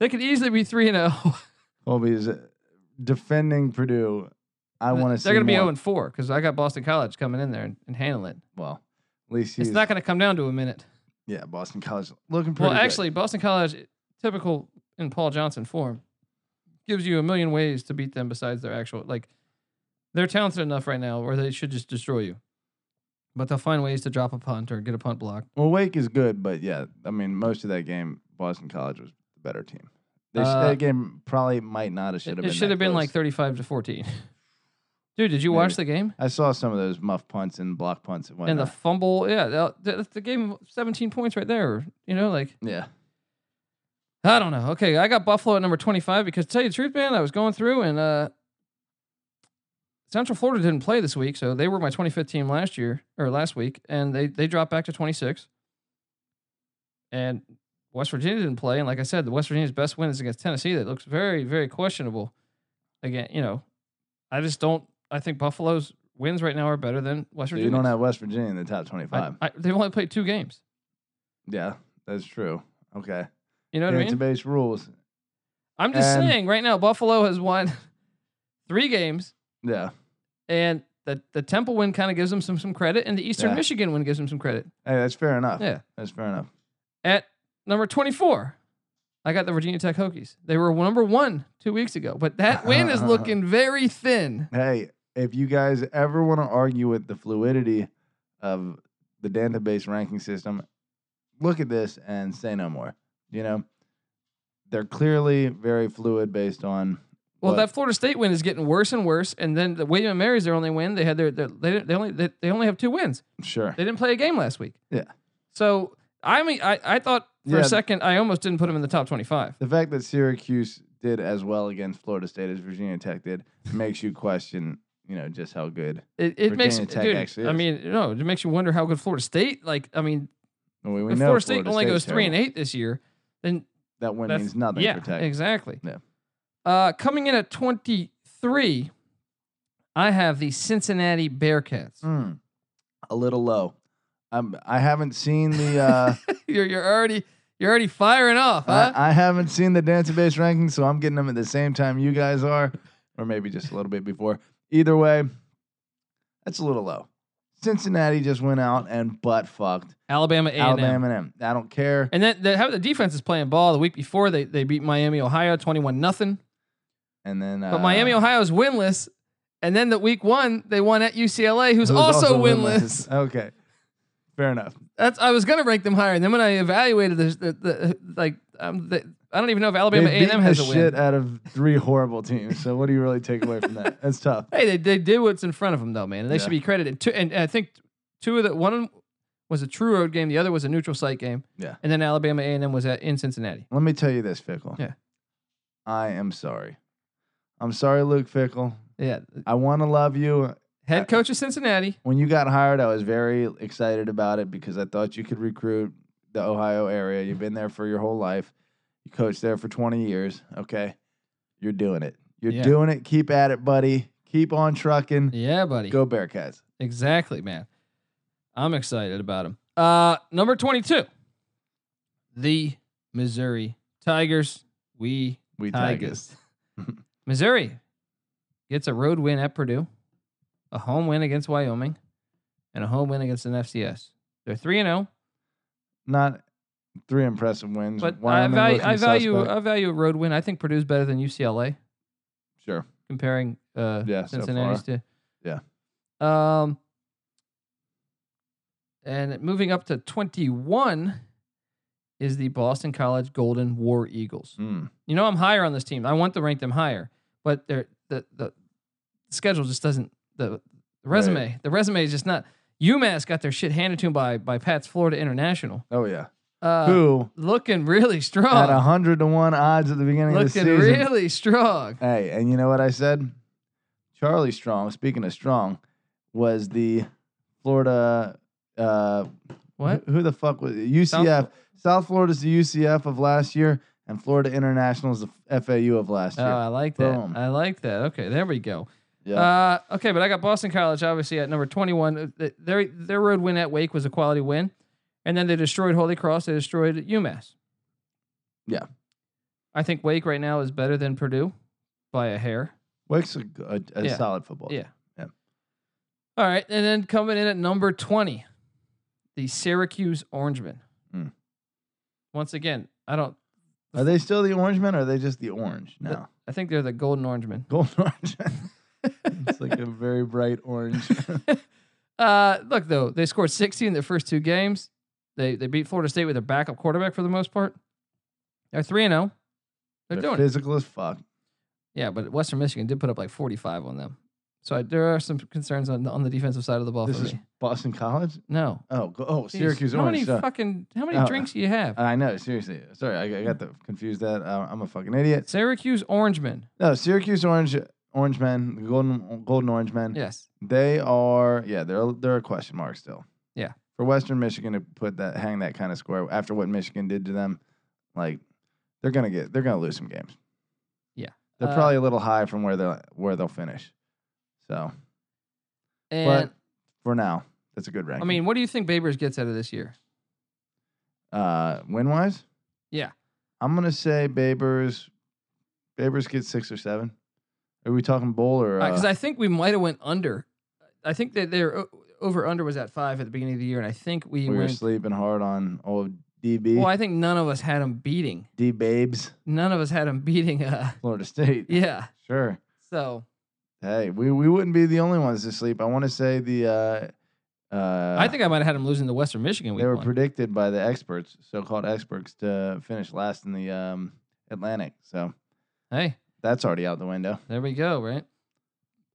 A: They could easily be 3 and oh. 0.
B: Colby is uh, defending Purdue. I want to
A: (laughs)
B: see.
A: They're going to be
B: more.
A: 0 and 4 because I got Boston College coming in there and, and handling it.
B: Well, at least
A: It's
B: he's
A: not going to come down to a minute.
B: yeah. Boston College looking pretty.
A: Well,
B: good.
A: actually, Boston College, typical in Paul Johnson form, gives you a million ways to beat them besides their actual. Like, they're talented enough right now where they should just destroy you. But they'll find ways to drop a punt or get a punt block.
B: well, Wake is good, but yeah, I mean, most of that game, Boston College was the better team. They sh-
A: Uh,
B: that game probably might not have should have.
A: It,
B: been
A: it should
B: that
A: have been
B: close.
A: like 35 to 14. (laughs) Dude, did you watch the game?
B: I saw some of those muff punts and block punts and
A: and the
B: whatnot.
A: fumble. Yeah, that- that- that's the game. Seventeen points right there. You know, like
B: yeah,
A: I don't know. Okay, I got Buffalo at number twenty-five because to tell you the truth, man, I was going through and uh, Central Florida didn't play this week, so they were my twenty-fifth team last year or last week, and they they dropped back to twenty-six. And West Virginia didn't play, and like I said, the West Virginia's best win is against Tennessee. That looks very very questionable. Again, you know, I just don't. I think Buffalo's wins right now are better than West
B: so
A: Virginia.
B: you don't have West Virginia in the top twenty-five.
A: they've only played two games.
B: yeah, that's true. Okay,
A: You know what I mean?
B: base rules.
A: I'm just
B: and-
A: saying right now, Buffalo has won (laughs) three games,
B: Yeah,
A: and the, the Temple win kind of gives them some, some credit, and the Eastern
B: Yeah.
A: Michigan win gives them some credit.
B: hey, that's fair enough.
A: Yeah.
B: that's fair enough.
A: At number 24, I got the Virginia Tech Hokies. They were number one two weeks ago, but
B: (laughs)
A: that win is looking very thin.
B: Hey, if you guys ever want to argue with the fluidity of the database ranking system, look at this and say no more. You know, they're clearly very fluid based on.
A: Well,
B: what-
A: that Florida State win is getting worse and worse, and then the William and Mary's their only win. They had their, their they, they only they, they only have two wins.
B: sure.
A: They didn't play a game last week.
B: Yeah.
A: So I mean, I, I thought for
B: Yeah.
A: a second I almost didn't put them in the top twenty five.
B: The fact that Syracuse did as well against Florida State as Virginia Tech did makes you question, you know, just how good.
A: It, it makes
B: Virginia Tech
A: dude,
B: actually
A: I
B: is.
A: mean, no, it makes you wonder how good Florida State. Like, I mean,
B: We, we
A: if
B: know
A: Florida State only
B: State's
A: goes three and
B: terrible.
A: eight this year, then
B: That win
A: that's-
B: means nothing
A: yeah,
B: for Tech.
A: exactly.
B: Yeah.
A: Uh, coming in at twenty three, I have the Cincinnati Bearcats. (laughs)
B: Mm. a little low. I'm, I haven't seen the. Uh,
A: you're you're already you're already firing off, huh?
B: I, I haven't seen the database rankings, so I'm getting them at the same time you guys are, or maybe just a little bit before. Either way, that's a little low. Cincinnati just went out and butt fucked
A: Alabama A and M.
B: Alabama and I don't care.
A: And then the, how the defense is playing ball. The week before they they beat Miami Ohio twenty one nothing.
B: And then, uh,
A: But Miami Ohio's winless. And then the week one they won at UCLA, who's,
B: who's
A: also, winless.
B: Okay, fair enough.
A: That's I was gonna rank them higher, and then when I evaluated this, the, the like um, the, I don't even know if Alabama A
B: they
A: and
B: beat
A: M has
B: the
A: a win.
B: shit out of three horrible teams. So what do you really take away from that? That's tough.
A: Hey, they, they did what's in front of them though, man, and they
B: Yeah.
A: should be credited. Two, and, and I think two of the one was a true road game, the other was a neutral site game.
B: Yeah.
A: and then Alabama A and M was at in Cincinnati.
B: Let me tell you this, Fickle.
A: Yeah.
B: I am sorry. I'm sorry, Luke Fickle.
A: Yeah,
B: I want to love you.
A: head coach of Cincinnati.
B: when you got hired, I was very excited about it because I thought you could recruit the Ohio area. You've been there for your whole life. You coached there for 20 years. Okay. You're doing it. You're
A: Yeah.
B: doing it. Keep at it, buddy. Keep on trucking.
A: Yeah, buddy.
B: Go Bearcats.
A: Exactly, man. I'm excited about him. Uh, number twenty two, the Missouri Tigers. We
B: We Tigers. (laughs)
A: Tigers. Missouri gets a road win at Purdue, a home win against Wyoming, and a home win against an FCS. They're three and oh, zero,
B: Not three impressive wins.
A: but I
B: Wyoming
A: value
B: oh looking
A: I value uh,
B: suspect.
A: I value a road win. I think Purdue's better than UCLA
B: sure.
A: comparing uh
B: Yeah, so
A: Cincinnati's to
B: Yeah.
A: Um and moving up to 21 is the Boston College Golden War Eagles.
B: Mm.
A: You know, I'm higher on this team. I want to rank them higher, but they're, the the schedule just doesn't the, the resume. The resume is just not. UMass got their shit handed to them by by Pat's Florida International.
B: Oh, yeah.
A: Uh,
B: Who
A: looking really
B: had a
A: strong.
B: 100 to 1 odds at the beginning of the
A: Looking
B: season.
A: really strong.
B: Hey, and you know what I said? Charlie Strong, speaking of Strong, was the Florida. Uh,
A: What?
B: Who, who the fuck was it? UCF? South, Florida's the UCF of last year, and Florida International is the f- FAU of last
A: Oh,
B: year.
A: I like that.
B: Boom.
A: I like that. Okay, there we go.
B: yeah.
A: Uh, okay, but I got Boston College obviously at number 21. Uh, th- Their their road win at Wake was a quality win. And then they destroyed Holy Cross. They destroyed UMass.
B: Yeah.
A: I think Wake right now is better than Purdue by a hair.
B: Wake's a, a, a
A: Yeah.
B: solid football.
A: Yeah.
B: team. Yeah.
A: All right. And then coming in at number 20, the Syracuse Orangemen.
B: Hmm.
A: Once again, I don't,
B: Are they still the orange men or are they just the orange
A: The-
B: now? (laughs)
A: I think they're the Golden Orangemen.
B: Golden orange.
A: (laughs)
B: it's like a very bright orange.
A: Uh, look, though, they scored 60 in their first two games. They, they beat Florida State with their backup quarterback for the most part. They're 3 and 0. They're doing it.
B: physical as fuck.
A: Yeah, but Western Michigan did put up like 45 on them. So I, there are some concerns on the, on the defensive side of the ball
B: This
A: for
B: is
A: me.
B: Boston College.
A: No.
B: Oh, go, oh,
A: Jeez,
B: Syracuse
A: How many
B: orange. so-
A: fucking how many
B: Oh.
A: drinks do you have?
B: I know. Seriously, sorry, I, I got the, confused. That uh, I'm a fucking idiot.
A: Syracuse Orangemen.
B: No, Syracuse orange, orange men, the golden, golden orange men.
A: Yes.
B: They are, yeah, they're they're a question mark still.
A: Yeah.
B: For Western Michigan to put that hang that kind of score after what Michigan did to them, like they're gonna get they're gonna lose some games.
A: Yeah.
B: They're
A: Uh,
B: probably a little high from where they will where they'll finish. So
A: And
B: for now, that's a good ranking.
A: I mean, what do you think Babers gets out of this year?
B: uh, win wise,
A: Yeah.
B: I'm gonna say Babers. Babers gets six or seven. Are we talking bowl or? Uh,
A: Because I think we might have went under. I think that their o- over under was at five at the beginning of the year, and I think we,
B: we were
A: went.
B: sleeping hard on old DB,
A: Well, Oh, I think none of us had them beating.
B: D Babes, (laughs)
A: None of us had them beating. Uh, (laughs)
B: Florida State.
A: yeah.
B: Sure.
A: So
B: Hey, we, we wouldn't be the only ones to sleep. I want to say the uh, uh,
A: I think I might have had them losing to Western Michigan. Week
B: they were
A: one.
B: predicted by the experts, so-called experts, to finish last in the um, Atlantic. So
A: hey,
B: that's already out the window.
A: There we go, right?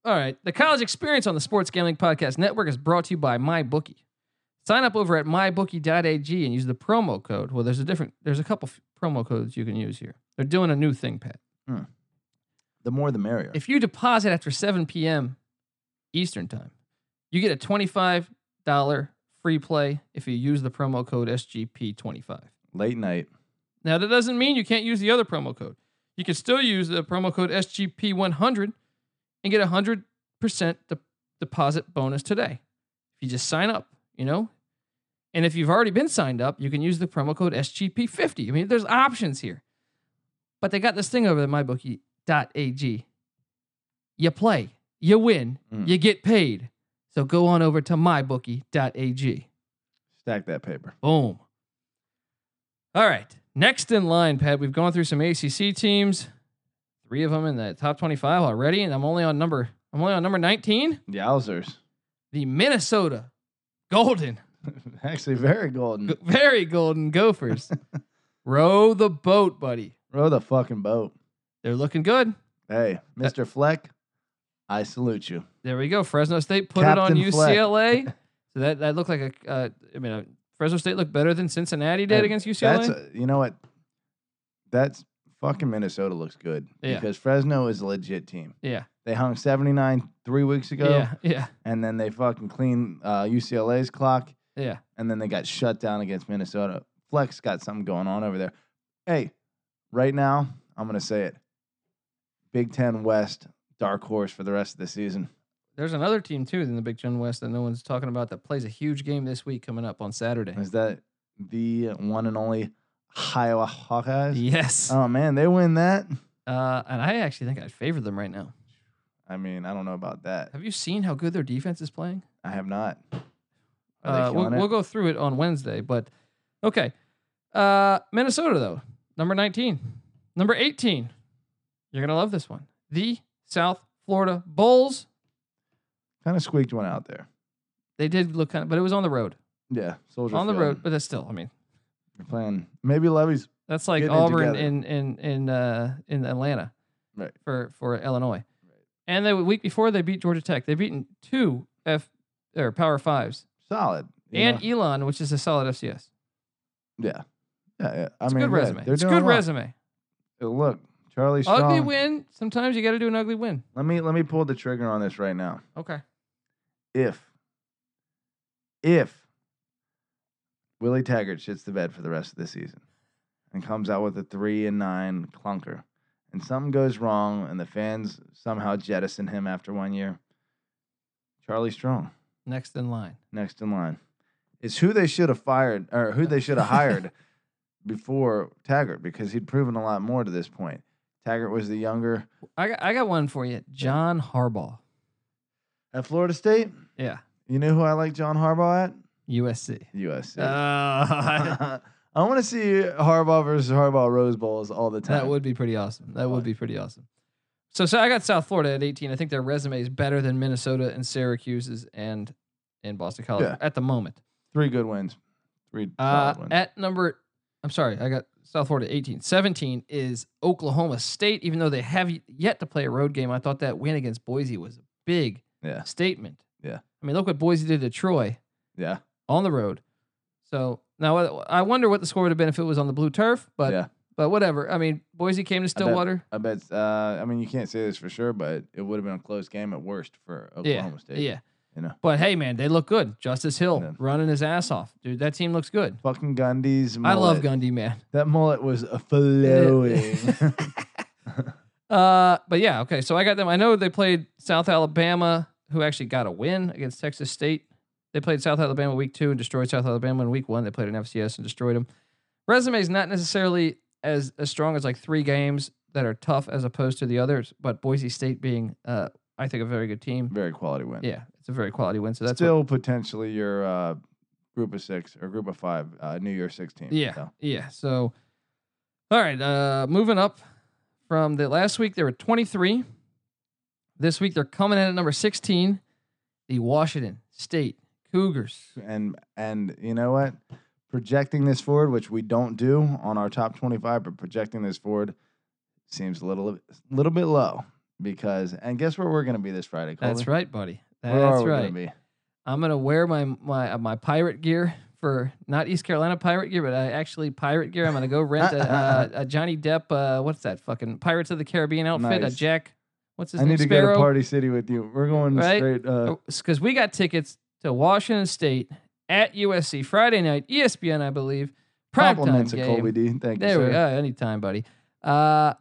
A: All right. The college experience on the Sports Gambling Podcast Network is brought to you by MyBookie. Sign up over at mybookie.ag and use the promo code. Well, there's a different, there's a couple f- promo codes you can use here. They're doing a new thing, Pat.
B: The more, the merrier.
A: If you deposit after 7 p.m. Eastern Time, you get a $25 free play if you use the promo code SGP25.
B: Late night.
A: Now, that doesn't mean you can't use the other promo code. You can still use the promo code SGP100 and get a 100% de- deposit bonus today. If you just sign up, you know? And if you've already been signed up, you can use the promo code SGP50. I mean, there's options here. But they got this thing over at mybookie.ag. You play, you win,
B: Mm.
A: you get paid. So go on over to mybookie.ag.
B: Stack that paper.
A: Boom. All right. Next in line, Pat, we've gone through some ACC teams, three of them in the top 25 already, and I'm only on number I'm only on number 19,
B: Yowzers.
A: the Minnesota Golden,
B: (laughs) Actually, very golden.
A: g- very golden
B: (laughs)
A: Gophers. Row the boat, buddy.
B: Row the fucking boat.
A: They're looking good.
B: Hey, Mr. Fleck, I salute you.
A: There we go. Fresno State put
B: Captain
A: it on UCLA. so that that looked like a uh, I mean, uh, Fresno State looked better than Cincinnati did
B: Hey,
A: against UCLA.
B: That's a, you know what? That's fucking Minnesota looks good
A: Yeah.
B: because Fresno is a legit team.
A: yeah.
B: They hung 79 three weeks ago,
A: Yeah. Yeah.
B: and then they fucking cleaned uh, UCLA's clock,
A: Yeah.
B: and then they got shut down against Minnesota. Flex got something going on over there. Hey, right now, I'm going to say it Big Ten West, dark horse for the rest of the season.
A: There's another team too in the Big Ten West that no one's talking about that plays a huge game this week coming up on Saturday.
B: Is that the one and only Iowa Hawkeyes?
A: Yes.
B: Oh, man, they win that.
A: Uh, and I actually think I'd favor them right now.
B: I mean, I don't know about that.
A: Have you seen how good their defense is playing?
B: I have not. Are they
A: Uh, we'll,
B: killing it?
A: we'll go through it on Wednesday, but okay. Uh, Minnesota though, number 19, number 18. You're gonna love this one. The South Florida Bulls.
B: kind of squeaked one out there.
A: They did look kind of, but it was on the road.
B: Yeah, soldier
A: on the
B: Field.
A: road, but that's still. I mean,
B: You're playing maybe Levy's
A: That's like
B: Getting it
A: Auburn
B: together.
A: in in in uh, in Atlanta,
B: Right.
A: For for Illinois, and the week before they beat Georgia Tech. They've beaten two F or Power Fives
B: solid. you
A: and
B: know?
A: Elon, which is a solid FCS.
B: yeah, yeah, yeah. I
A: It's
B: mean,
A: a good
B: yeah,
A: resume.
B: they're
A: It's a
B: doing
A: good
B: well.
A: resume.
B: Uh, Look, Charlie Strong.
A: Ugly win. Sometimes you got to do an ugly win.
B: Let me let me pull the trigger on this right now.
A: Okay.
B: If if Willie Taggart shits the bed for the rest of the season and comes out with a three and nine clunker, and something goes wrong, and the fans somehow jettison him after one year, Charlie Strong.
A: Next in line.
B: next in line. is who they should have fired or who they should have hired before Taggart because he'd proven a lot more to this point. Taggart was the younger
A: I got, I got one for you. John Harbaugh.
B: at Florida State.
A: Yeah.
B: You know who I like John Harbaugh at?
A: USC.
B: USC.
A: Uh,
B: (laughs)
A: (laughs)
B: I want to see Harbaugh versus Harbaugh Rose Bowls all the time.
A: that would be pretty awesome. That would be pretty awesome. So, so I got South Florida at 18. I think their resume is better than Minnesota and Syracuse's and and Boston College
B: Yeah.
A: at the moment.
B: three good wins, three
A: Uh,
B: solid wins.
A: at number, I'm sorry, I got South Florida 18. 17 is Oklahoma State. Even though they have yet to play a road game, I thought that win against Boise was a big
B: yeah,
A: statement.
B: Yeah.
A: I mean, look what Boise did to Troy
B: yeah,
A: on the road. So now uh, I wonder what the score would have been if it was on the blue turf, but
B: yeah.
A: but whatever. I mean, Boise came to Stillwater.
B: I bet. Uh, I mean, you can't say this for sure, but it would have been a close game at worst for Oklahoma State.
A: Yeah.
B: you know.
A: But hey, man, they look good. Justice Hill
B: Yeah.
A: running his ass off, dude. That team looks good.
B: Fucking Gundy's.
A: I
B: Mullet.
A: love Gundy, man.
B: That mullet was a flowing.
A: Uh, but yeah, okay. So I got them. I know they played South Alabama, who actually got a win against Texas State. They played South Alabama week two and destroyed South Alabama in week one. They played an FCS and destroyed them. Resume is not necessarily as as strong as like three games that are tough as opposed to the others. But Boise State being, uh, I think a very good team.
B: (laughs) Very quality win.
A: Yeah, it's a very quality win. So that's what-
B: Still potentially your uh, group of six or group of five uh, New Year six team.
A: Yeah.
B: So,
A: Yeah. So, all right. Uh, moving up from the last week, there were 23. This week, they're coming in at number 16, the Washington State Cougars.
B: and and you know what? Projecting this forward, which we don't do on our top twenty five, but projecting this forward seems a little little bit low because and guess where we're gonna be this Friday? Colby?
A: That's right, buddy.
B: Where are
A: That's
B: we
A: right.
B: Gonna be?
A: I'm gonna wear my my uh, my pirate gear for not East Carolina pirate gear, but uh, actually pirate gear. I'm gonna go rent
B: (laughs)
A: a, uh, a Johnny Depp. Uh, what's that fucking Pirates of the Caribbean outfit?
B: Nice.
A: A Jack. What's his
B: I
A: name?
B: need to
A: Sparrow.
B: go to Party City with you. We're going
A: Right? Oh,
B: straight. Uh,
A: because we got tickets to Washington State at USC Friday night, E ESPN, I believe. Primetime
B: compliments
A: game.
B: of Colby D. Thank
A: there
B: you.
A: we
B: sir.
A: go. Anytime, buddy. Uh,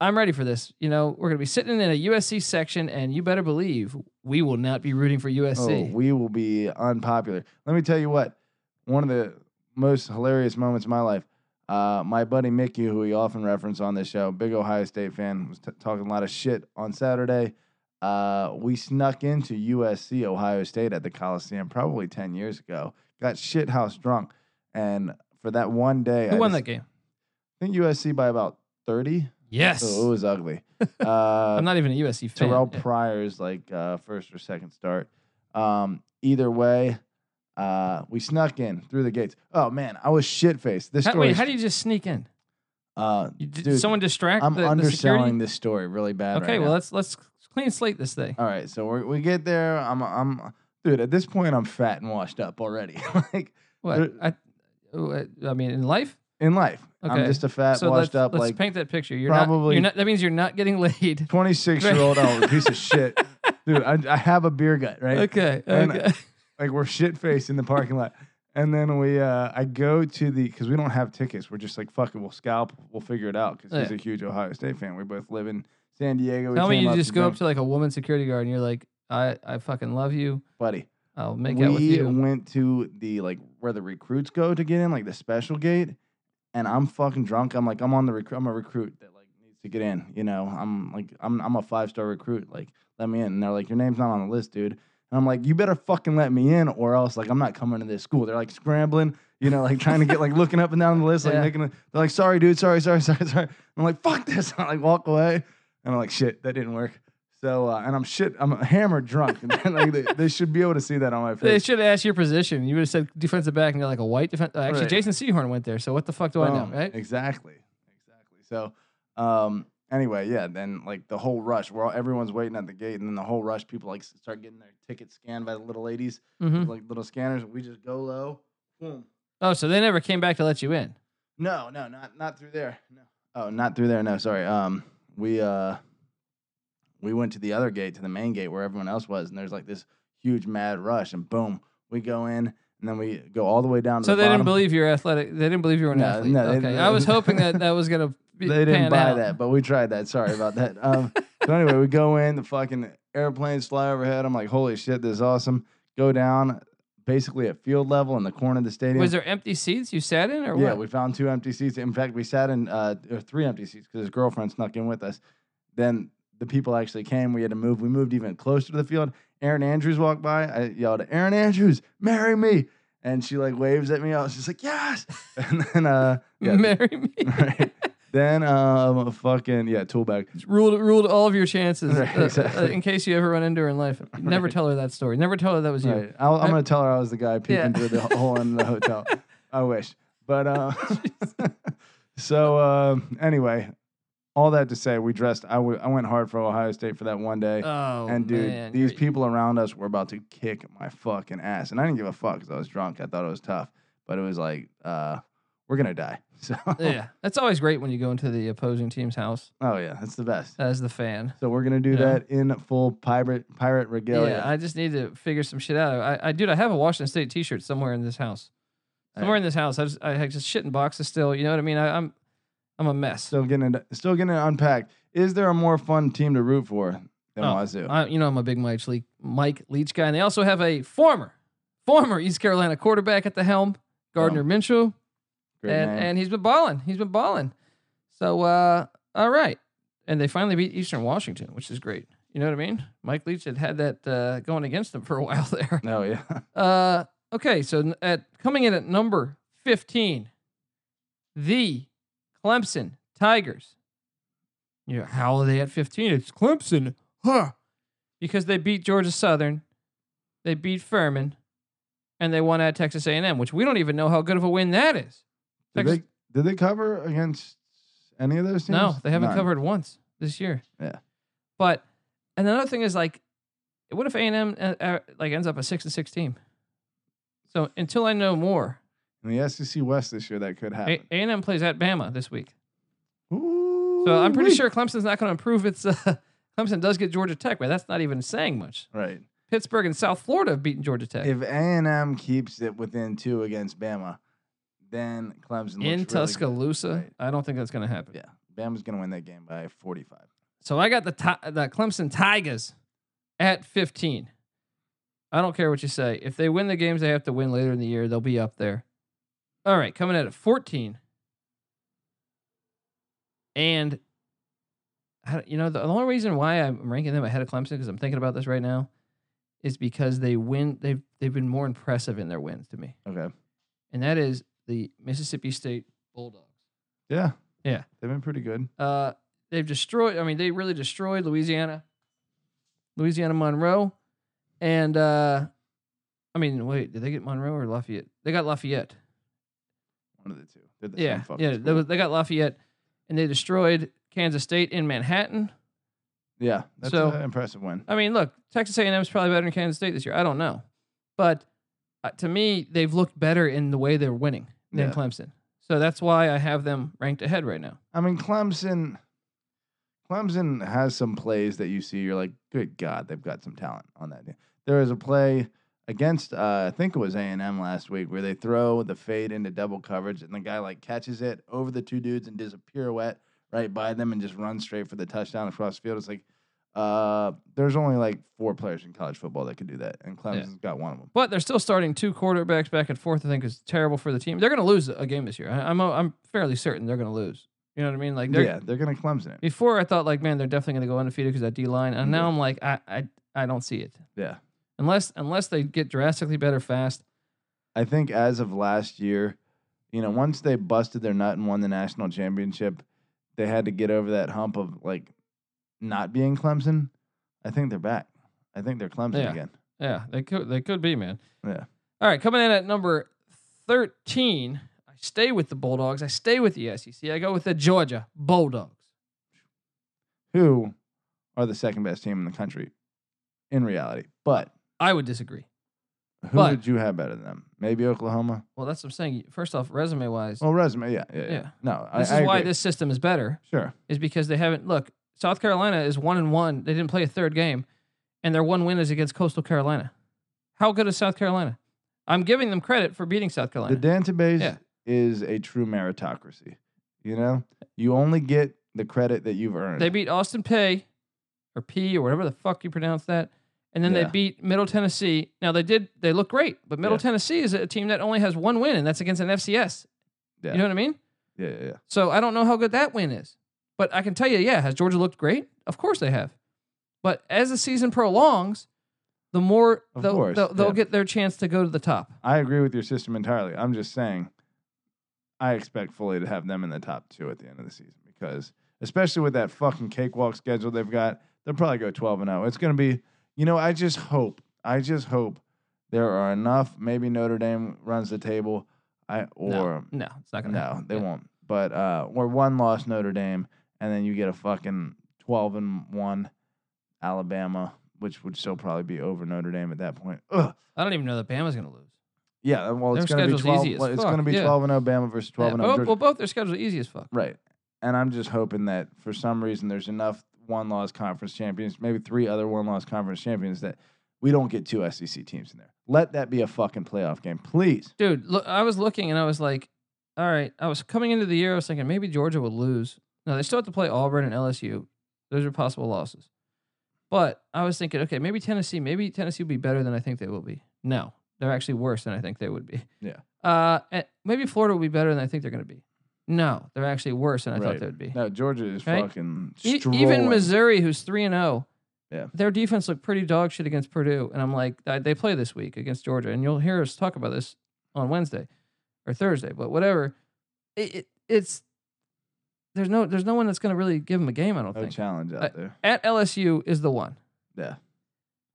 A: I'm ready for this. You know, we're gonna be sitting in a USC section, and you better believe we will not be rooting for
B: Oh,
A: USC.
B: we will be unpopular. Let me tell you what. One of the most hilarious moments of my life. Uh, my buddy Mickey, who we often reference on this show, big Ohio State fan, was t- talking a lot of shit on Saturday. Uh, we snuck into USC Ohio State at the Coliseum probably ten years ago. Got shit house drunk, and for that one day,
A: Who
B: I
A: won
B: just-
A: that game?
B: I think USC by about thirty.
A: Yes.
B: So it was
A: (laughs)
B: ugly. Uh,
A: I'm not even a USC fan.
B: Oh, Terrell
A: Yeah.
B: Pryor's like uh, first or second start. Um, either way, uh, we snuck in through the gates. Oh man, I was shit faced. This
A: How,
B: story.
A: wait, how do you just sneak in?
B: uh,
A: You, did
B: Dude,
A: someone distract
B: I'm
A: the, the
B: underselling
A: security?
B: this story really bad.
A: okay,
B: right
A: well
B: now. Uh,
A: let's let's clean slate this thing.
B: all right. So we we get there. I'm I'm dude. At this point, I'm fat and washed up already. (laughs) like
A: What?
B: there-
A: I, oh, I I mean, in life.
B: in life,
A: Okay.
B: I'm just a fat,
A: so let's,
B: washed up
A: let's
B: like
A: paint that picture. You're not,
B: probably-
A: you're not. That means you're not getting (laughs) laid.
B: 26 year old oh, piece of shit.
A: (laughs)
B: Dude, I, I have a beer gut, right?
A: Okay.
B: And
A: Okay.
B: like we're shit faced in the parking lot. And then we, uh, I go to the because we don't have tickets. We're just like fuck it, we'll scalp, we'll figure it out. Because he's
A: Yeah.
B: a huge Ohio State fan. We both live in San Diego. We
A: Tell me
B: came
A: you just go up
B: things-
A: to like a woman security guard and you're like, I, I fucking love you.
B: buddy.
A: I'll make
B: we
A: out with you.
B: went to the like where the recruits go to get in, like the special gate. And I'm fucking drunk. I'm like I'm on the recruit. I'm a recruit that like needs to get in. You know, I'm like I'm I'm a five star recruit. Like let me in. And they're like your name's not on the list, dude. And I'm like, you better fucking let me in, or else like I'm not coming to this school. They're like scrambling, you know, like trying to get like looking up and down the list,
A: (laughs)
B: like
A: Yeah.
B: making. a- They're like, sorry, dude, sorry, sorry, (laughs) sorry, sorry. I'm like, fuck this. (laughs) I like walk away, and I'm like, shit, that didn't work. So uh, and I'm shit, I'm hammered drunk. And then, like they, they should be able to see that on my face.
A: They should have asked your position. You would have said defensive back and you're like a white defense. Uh, actually,
B: Right. Oh.
A: Jason Seahorn went there. So what the fuck do I know,
B: Boom.
A: right?
B: Exactly. Exactly. So, um, anyway, yeah, then like the whole rush, where all, everyone's waiting at the gate, and then the whole rush, people like s- start getting their tickets scanned by the little ladies,
A: hmm
B: with, like little scanners. We just go low. Boom.
A: Oh, so they never came back to let you in.
B: No, no, not not through there. No. Oh, not through there. No, sorry. Um, we uh, we went to the other gate, to the main gate where everyone else was, and there's like this huge mad rush, and boom, we go in, and then we go all the way down. To
A: So
B: the
A: they didn't
B: bottom.
A: believe you're athletic. They didn't believe you were an
B: No,
A: athlete.
B: no, they-
A: okay. I was
B: they-
A: hoping that that was
B: (laughs)
A: going to be.
B: they didn't
A: pan
B: buy
A: out.
B: that, but we tried that. Sorry about that.
A: (laughs)
B: Um, so anyway, we go in, the fucking airplanes fly overhead. I'm like, holy shit, this is awesome. Go down, basically at field level in the corner of the stadium.
A: Was there empty seats you sat in or
B: yeah,
A: what?
B: we found two empty seats. In fact, we sat in uh, or three empty seats because his girlfriend snuck in with us. Then the people actually came. We had to move. We moved even closer to the field. Aaron Andrews walked by. I yelled, "Aaron Andrews, marry me!" And she like waves at me. I was just like, "Yes!" (laughs) And then, uh,
A: (laughs)
B: yeah, (laughs)
A: Marry me.
B: right. Then, um, fucking yeah, tool bag.
A: ruled ruled all of your chances
B: Right,
A: uh, uh,
B: exactly.
A: in case you ever run into her in life. Never
B: Right.
A: tell her that story. Never tell her that was you.
B: Right. I'll, I'm
A: I-
B: gonna tell her I was the guy peeking
A: Yeah.
B: through the hole in
A: (laughs)
B: the hotel. I wish, but uh, (laughs) so um anyway, all that to say, we dressed. I wa- I went hard for Ohio State for that one day,
A: Oh,
B: and dude,
A: man.
B: these
A: You're-
B: people around us were about to kick my fucking ass, and I didn't give a fuck because I was drunk. I thought it was tough, but it was like, uh, we're gonna die. (laughs) So
A: Yeah, that's always great when you go into the opposing team's house
B: oh yeah, that's the best.
A: as the fan.
B: So we're gonna do
A: Yeah.
B: that in full pirate pirate
A: Yeah,
B: regalia.
A: I just need to figure some shit out. I, I dude, I have a Washington State T-shirt somewhere in this house.
B: Hey.
A: Somewhere in this house, I just I had just shit in boxes still. You know what I mean? I, I'm I'm a mess.
B: Still getting it, still getting it unpacked. Is there a more fun team to root for than
A: Oh,
B: Wazoo?
A: I, you know, I'm a big Mike Leach, Mike Leach guy, and they also have a former, former East Carolina quarterback at the helm, Gardner Minshew,
B: Great
A: and,
B: name.
A: and he's been balling. He's been balling. So, uh, all right, and they finally beat Eastern Washington, which is great. You know what I mean? Mike Leach had had that uh, going against them for a (laughs) while there.
B: no, yeah, (laughs)
A: Uh, okay, so n- at coming in at number 15, the Clemson Tigers. Yeah, how are they at 15? It's Clemson, huh? Because they beat Georgia Southern, they beat Furman, and they won at Texas A&M, which we don't even know how good of a win that is.
B: did
A: Texas-
B: they did they cover against any of those teams?
A: No, they haven't
B: None.
A: covered once this year.
B: Yeah.
A: But and another thing is like, what if A and M uh, uh, like ends up a six and six team? So until I know more,
B: in the SEC West this year. That could
A: A
B: happen.
A: and M plays at Bama this week, so
B: Ooh-wee.
A: I'm pretty sure Clemson's not going to improve its. Uh, (laughs) Clemson does get Georgia Tech, but that's not even saying much.
B: Right.
A: Pittsburgh and South Florida have beaten Georgia Tech
B: If A and M keeps it within two against Bama, then Clemson looks
A: in
B: really good.
A: Tuscaloosa.
B: Right.
A: I don't think that's going to happen.
B: Yeah, Bama's gonna win that game by 45.
A: So I got the ti- the Clemson Tigers at 15. I don't care what you say. If they win the games they have to win later in the year, they'll be up there. All right, coming in at 14. And I- you know the only reason why I'm ranking them ahead of Clemson because I'm thinking about this right now is because they win they've they've been more impressive in their wins to me.
B: Okay.
A: And that is the Mississippi State Bulldogs.
B: Yeah.
A: Yeah.
B: They've been pretty good.
A: Uh, they've destroyed. I mean, they really destroyed Louisiana, Louisiana Monroe, and uh, I mean, wait, did they get Monroe or Lafayette? They got Lafayette.
B: One of the two. They're the same
A: Yeah,
B: fucking
A: yeah, they,
B: school.
A: was- they got Lafayette, and they destroyed Kansas State in Manhattan.
B: yeah. That's
A: So-
B: an impressive win.
A: I mean, look, Texas A&M is probably better than Kansas State this year. I don't know, but uh, to me, they've looked better in the way they're winning than
B: Yeah.
A: Clemson. So that's why I have them ranked ahead right now.
B: I mean, Clemson. Clemson has some plays that you see. You're like, good God, they've got some talent on that. team." There was a play against, uh, I think it was A and M last week, where they throw the fade into double coverage, and the guy like catches it over the two dudes and does a pirouette right by them and just runs straight for the touchdown across the field. It's like, uh, there's only like four players in college football that could do that, and Clemson's got one of them.
A: But they're still starting two quarterbacks back and forth. I think is terrible for the team. They're going to lose a game this year. I, I'm I'm fairly certain they're going to lose. You know what I mean? Like they're,
B: yeah, they're gonna Clemson it.
A: before I thought like man they're definitely going to go undefeated because that D line, and now
B: Yeah.
A: I'm like I, I I don't see it
B: Yeah.
A: unless unless they get drastically better fast.
B: I think as of last year, you know, once they busted their nut and won the national championship, they had to get over that hump of like not being Clemson. I think they're back. I think they're Clemson
A: Yeah.
B: again.
A: Yeah, they could they could be man.
B: Yeah.
A: All right, coming in at number thirteen, I stay with the Bulldogs. I stay with the SEC. I go with the Georgia Bulldogs.
B: Who are the second best team in the country in reality? But
A: I would disagree.
B: who
A: But-
B: would you have better than them? Maybe Oklahoma.
A: Well, that's what I'm saying. First off, resume wise,
B: Well, resume. Yeah, yeah, yeah.
A: Yeah.
B: No, I,
A: this
B: I
A: is why
B: agree.
A: this system is better.
B: Sure.
A: is because they haven't look. South Carolina is one and one. They didn't play a third game, and their one win is against Coastal Carolina. How good is South Carolina? I'm giving them credit for beating South
B: The
A: Carolina.
B: database
A: Yeah.
B: is a true meritocracy. You know, you only get the credit that you've earned.
A: They beat Austin P, or P, or whatever the fuck you pronounce that, and then
B: Yeah.
A: they beat Middle Tennessee. Now they did they look great, but Middle
B: Yeah.
A: Tennessee is a team that only has one win, and that's against an FCS.
B: Yeah.
A: You know what I mean?
B: Yeah, yeah, yeah.
A: So I don't know how good that win is, but I can tell you, yeah, has Georgia looked great? Of course they have. But as the season prolongs, the more
B: Of
A: they'll,
B: course,
A: they'll, they'll
B: yeah.
A: get their chance to go to the top.
B: I agree with your system entirely. I'm just saying, I expect fully to have them in the top two at the end of the season because, especially with that fucking cakewalk schedule they've got, they'll probably go 12 and 0. It's going to be, you know, I just hope, I just hope there are enough. Maybe Notre Dame runs the table, I or
A: no, no, it's not
B: no,
A: gonna. happen.
B: they
A: Yeah.
B: won't. But uh, we're one loss Notre Dame, and then you get a fucking 12 and one Alabama, which would still probably be over Notre Dame at that point. Ugh.
A: I don't even know that Bama's gonna lose.
B: Yeah, uh, well, it's
A: Their
B: going to be
A: schedule's
B: 12.
A: easy as
B: well, it's
A: fuck,
B: going to be
A: yeah.
B: 12 and Alabama versus 12
A: Yeah, Oh,
B: and oh,
A: well,
B: 0.
A: well, both their schedules are easy as fuck.
B: Right. And I'm just hoping that for some reason there's enough one-loss conference champions, maybe three other one-loss conference champions that we don't get two SEC teams in there. Let that be a fucking playoff game, please.
A: Dude, look, I was looking and I was like, all right, I was coming into the year, I was thinking maybe Georgia would lose. No, they still have to play Auburn and LSU. Those are possible losses. But I was thinking, okay, maybe Tennessee, maybe Tennessee will be better than I think they will be. No, they're actually worse than I think they would be.
B: Yeah.
A: Uh, and maybe Florida will be better than I think they're going to be. No, they're actually worse than I thought
B: Right.
A: they would be.
B: No, Georgia is
A: Right?
B: fucking
A: E-
B: strolling.
A: even Missouri, who's three and zero,
B: Yeah.
A: their defense looked pretty dog shit against Purdue. And I'm like, I- they play this week against Georgia, and you'll hear us talk about this on Wednesday or Thursday, but whatever. It, it, it's there's no there's no one that's going to really give them a game. I don't
B: No
A: think.
B: challenge out
A: I-
B: there.
A: At LSU is the one.
B: Yeah.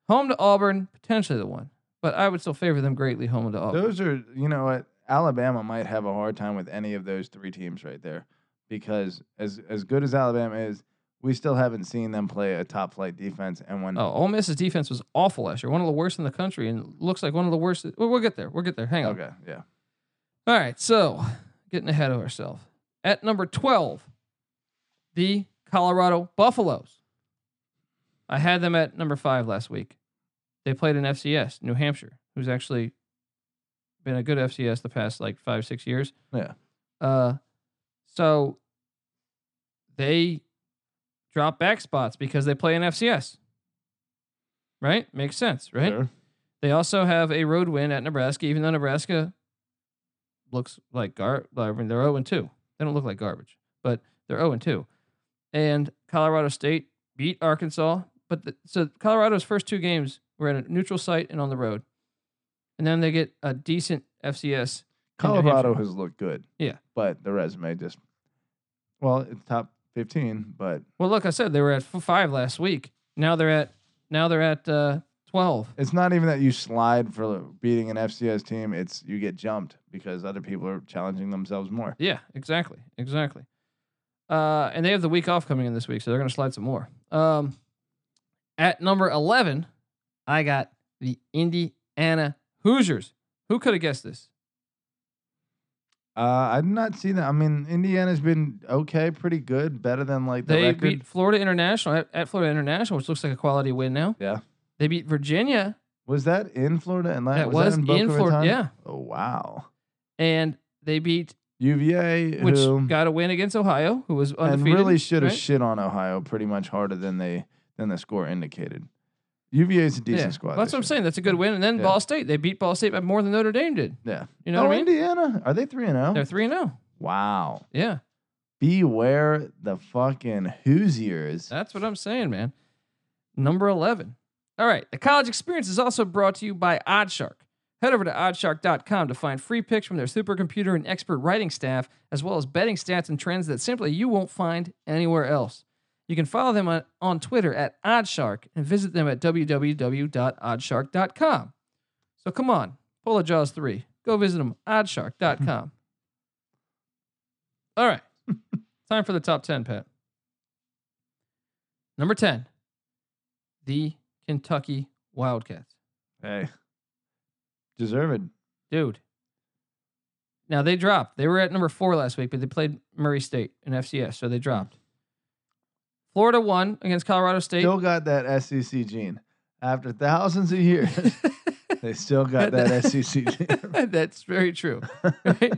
A: Home to Auburn, potentially the one, but I would still favor them greatly. Home to Auburn.
B: Those are, you know what? Alabama might have a hard time with any of those three teams right there because as as good as Alabama is, we still haven't seen them play a top flight defense and when
A: Oh, Ole Miss's defense was awful last year, one of the worst in the country, and looks like one of the worst. We'll, we'll get there. We'll get there. Hang on.
B: Okay, yeah.
A: All right, so getting ahead of ourselves. At number 12, the Colorado Buffaloes. I had them at number five last week. They played in FCS, New Hampshire, who's actually been a good FCS the past like five, six years.
B: Yeah.
A: Uh, so they drop back spots because they play in FCS. Right? Makes sense, right?
B: Sure.
A: They also have a road win at Nebraska, even though Nebraska looks like gar. I mean, they're zero and two. They don't look like garbage, but they're zero and two. And Colorado State beat Arkansas, but the, so Colorado's first two games were at a neutral site and on the road, and then they get a decent FCS. in New
B: Colorado
A: Hampshire.
B: has looked good.
A: Yeah.
B: But the resume just, well, it's top 15, but
A: Well, look, I said they were at f- five last week. Now they're at now they're at uh, twelve.
B: it's not even that you slide for beating an FCS team. It's you get jumped because other people are challenging themselves more.
A: Yeah, exactly, exactly. Uh, and they have the week off coming in this week, so they're going to slide some more. Um, at number eleven, I got the Indiana Hoosiers. Who could have guessed this?
B: Uh, I did not see that. I mean, Indiana's been okay, pretty good, better than like the
A: they
B: record.
A: beat Florida International at, at Florida International, which looks like a quality win now.
B: Yeah.
A: They beat Virginia.
B: was that in Florida? And
A: That
B: that
A: was
B: that in,
A: in
B: Boca
A: Florida,
B: Raton?
A: yeah.
B: Oh wow.
A: and they beat
B: UVA,
A: which
B: who
A: got a win against Ohio, who was
B: and
A: undefeated.
B: really should have
A: right?
B: shit on Ohio pretty much harder than they than the score indicated. UVA is a decent
A: Yeah.
B: squad.
A: Well, that's
B: this
A: what I'm
B: year.
A: saying. That's a good win. And then
B: Yeah.
A: Ball State, they beat Ball State by more than Notre Dame did.
B: Yeah.
A: You know
B: oh,
A: what I mean?
B: Indiana. Are they 3 and 0?
A: They're three and zero.
B: Wow.
A: Yeah.
B: Beware the fucking Hoosiers.
A: That's what I'm saying, man. Number 11. All right. The college experience is also brought to you by Oddshark. Head over to oddshark.com to find free picks from their supercomputer and expert writing staff, as well as betting stats and trends that simply you won't find anywhere else. You can follow them on, on Twitter at Oddshark and visit them at www.oddshark.com. So come on, pull a Jaws 3. Go visit them, oddshark.com. All right. Time for the top 10, Pat. Number 10, the Kentucky Wildcats.
B: Hey. Deserved.
A: Dude. Now they dropped. They were at number four last week, but they played Murray State in FCS, so they dropped. Florida won against Colorado State. (laughs)
B: Still got that SEC gene. After thousands
A: (laughs)
B: of years, they still got that SEC gene.
A: That's very true. Right?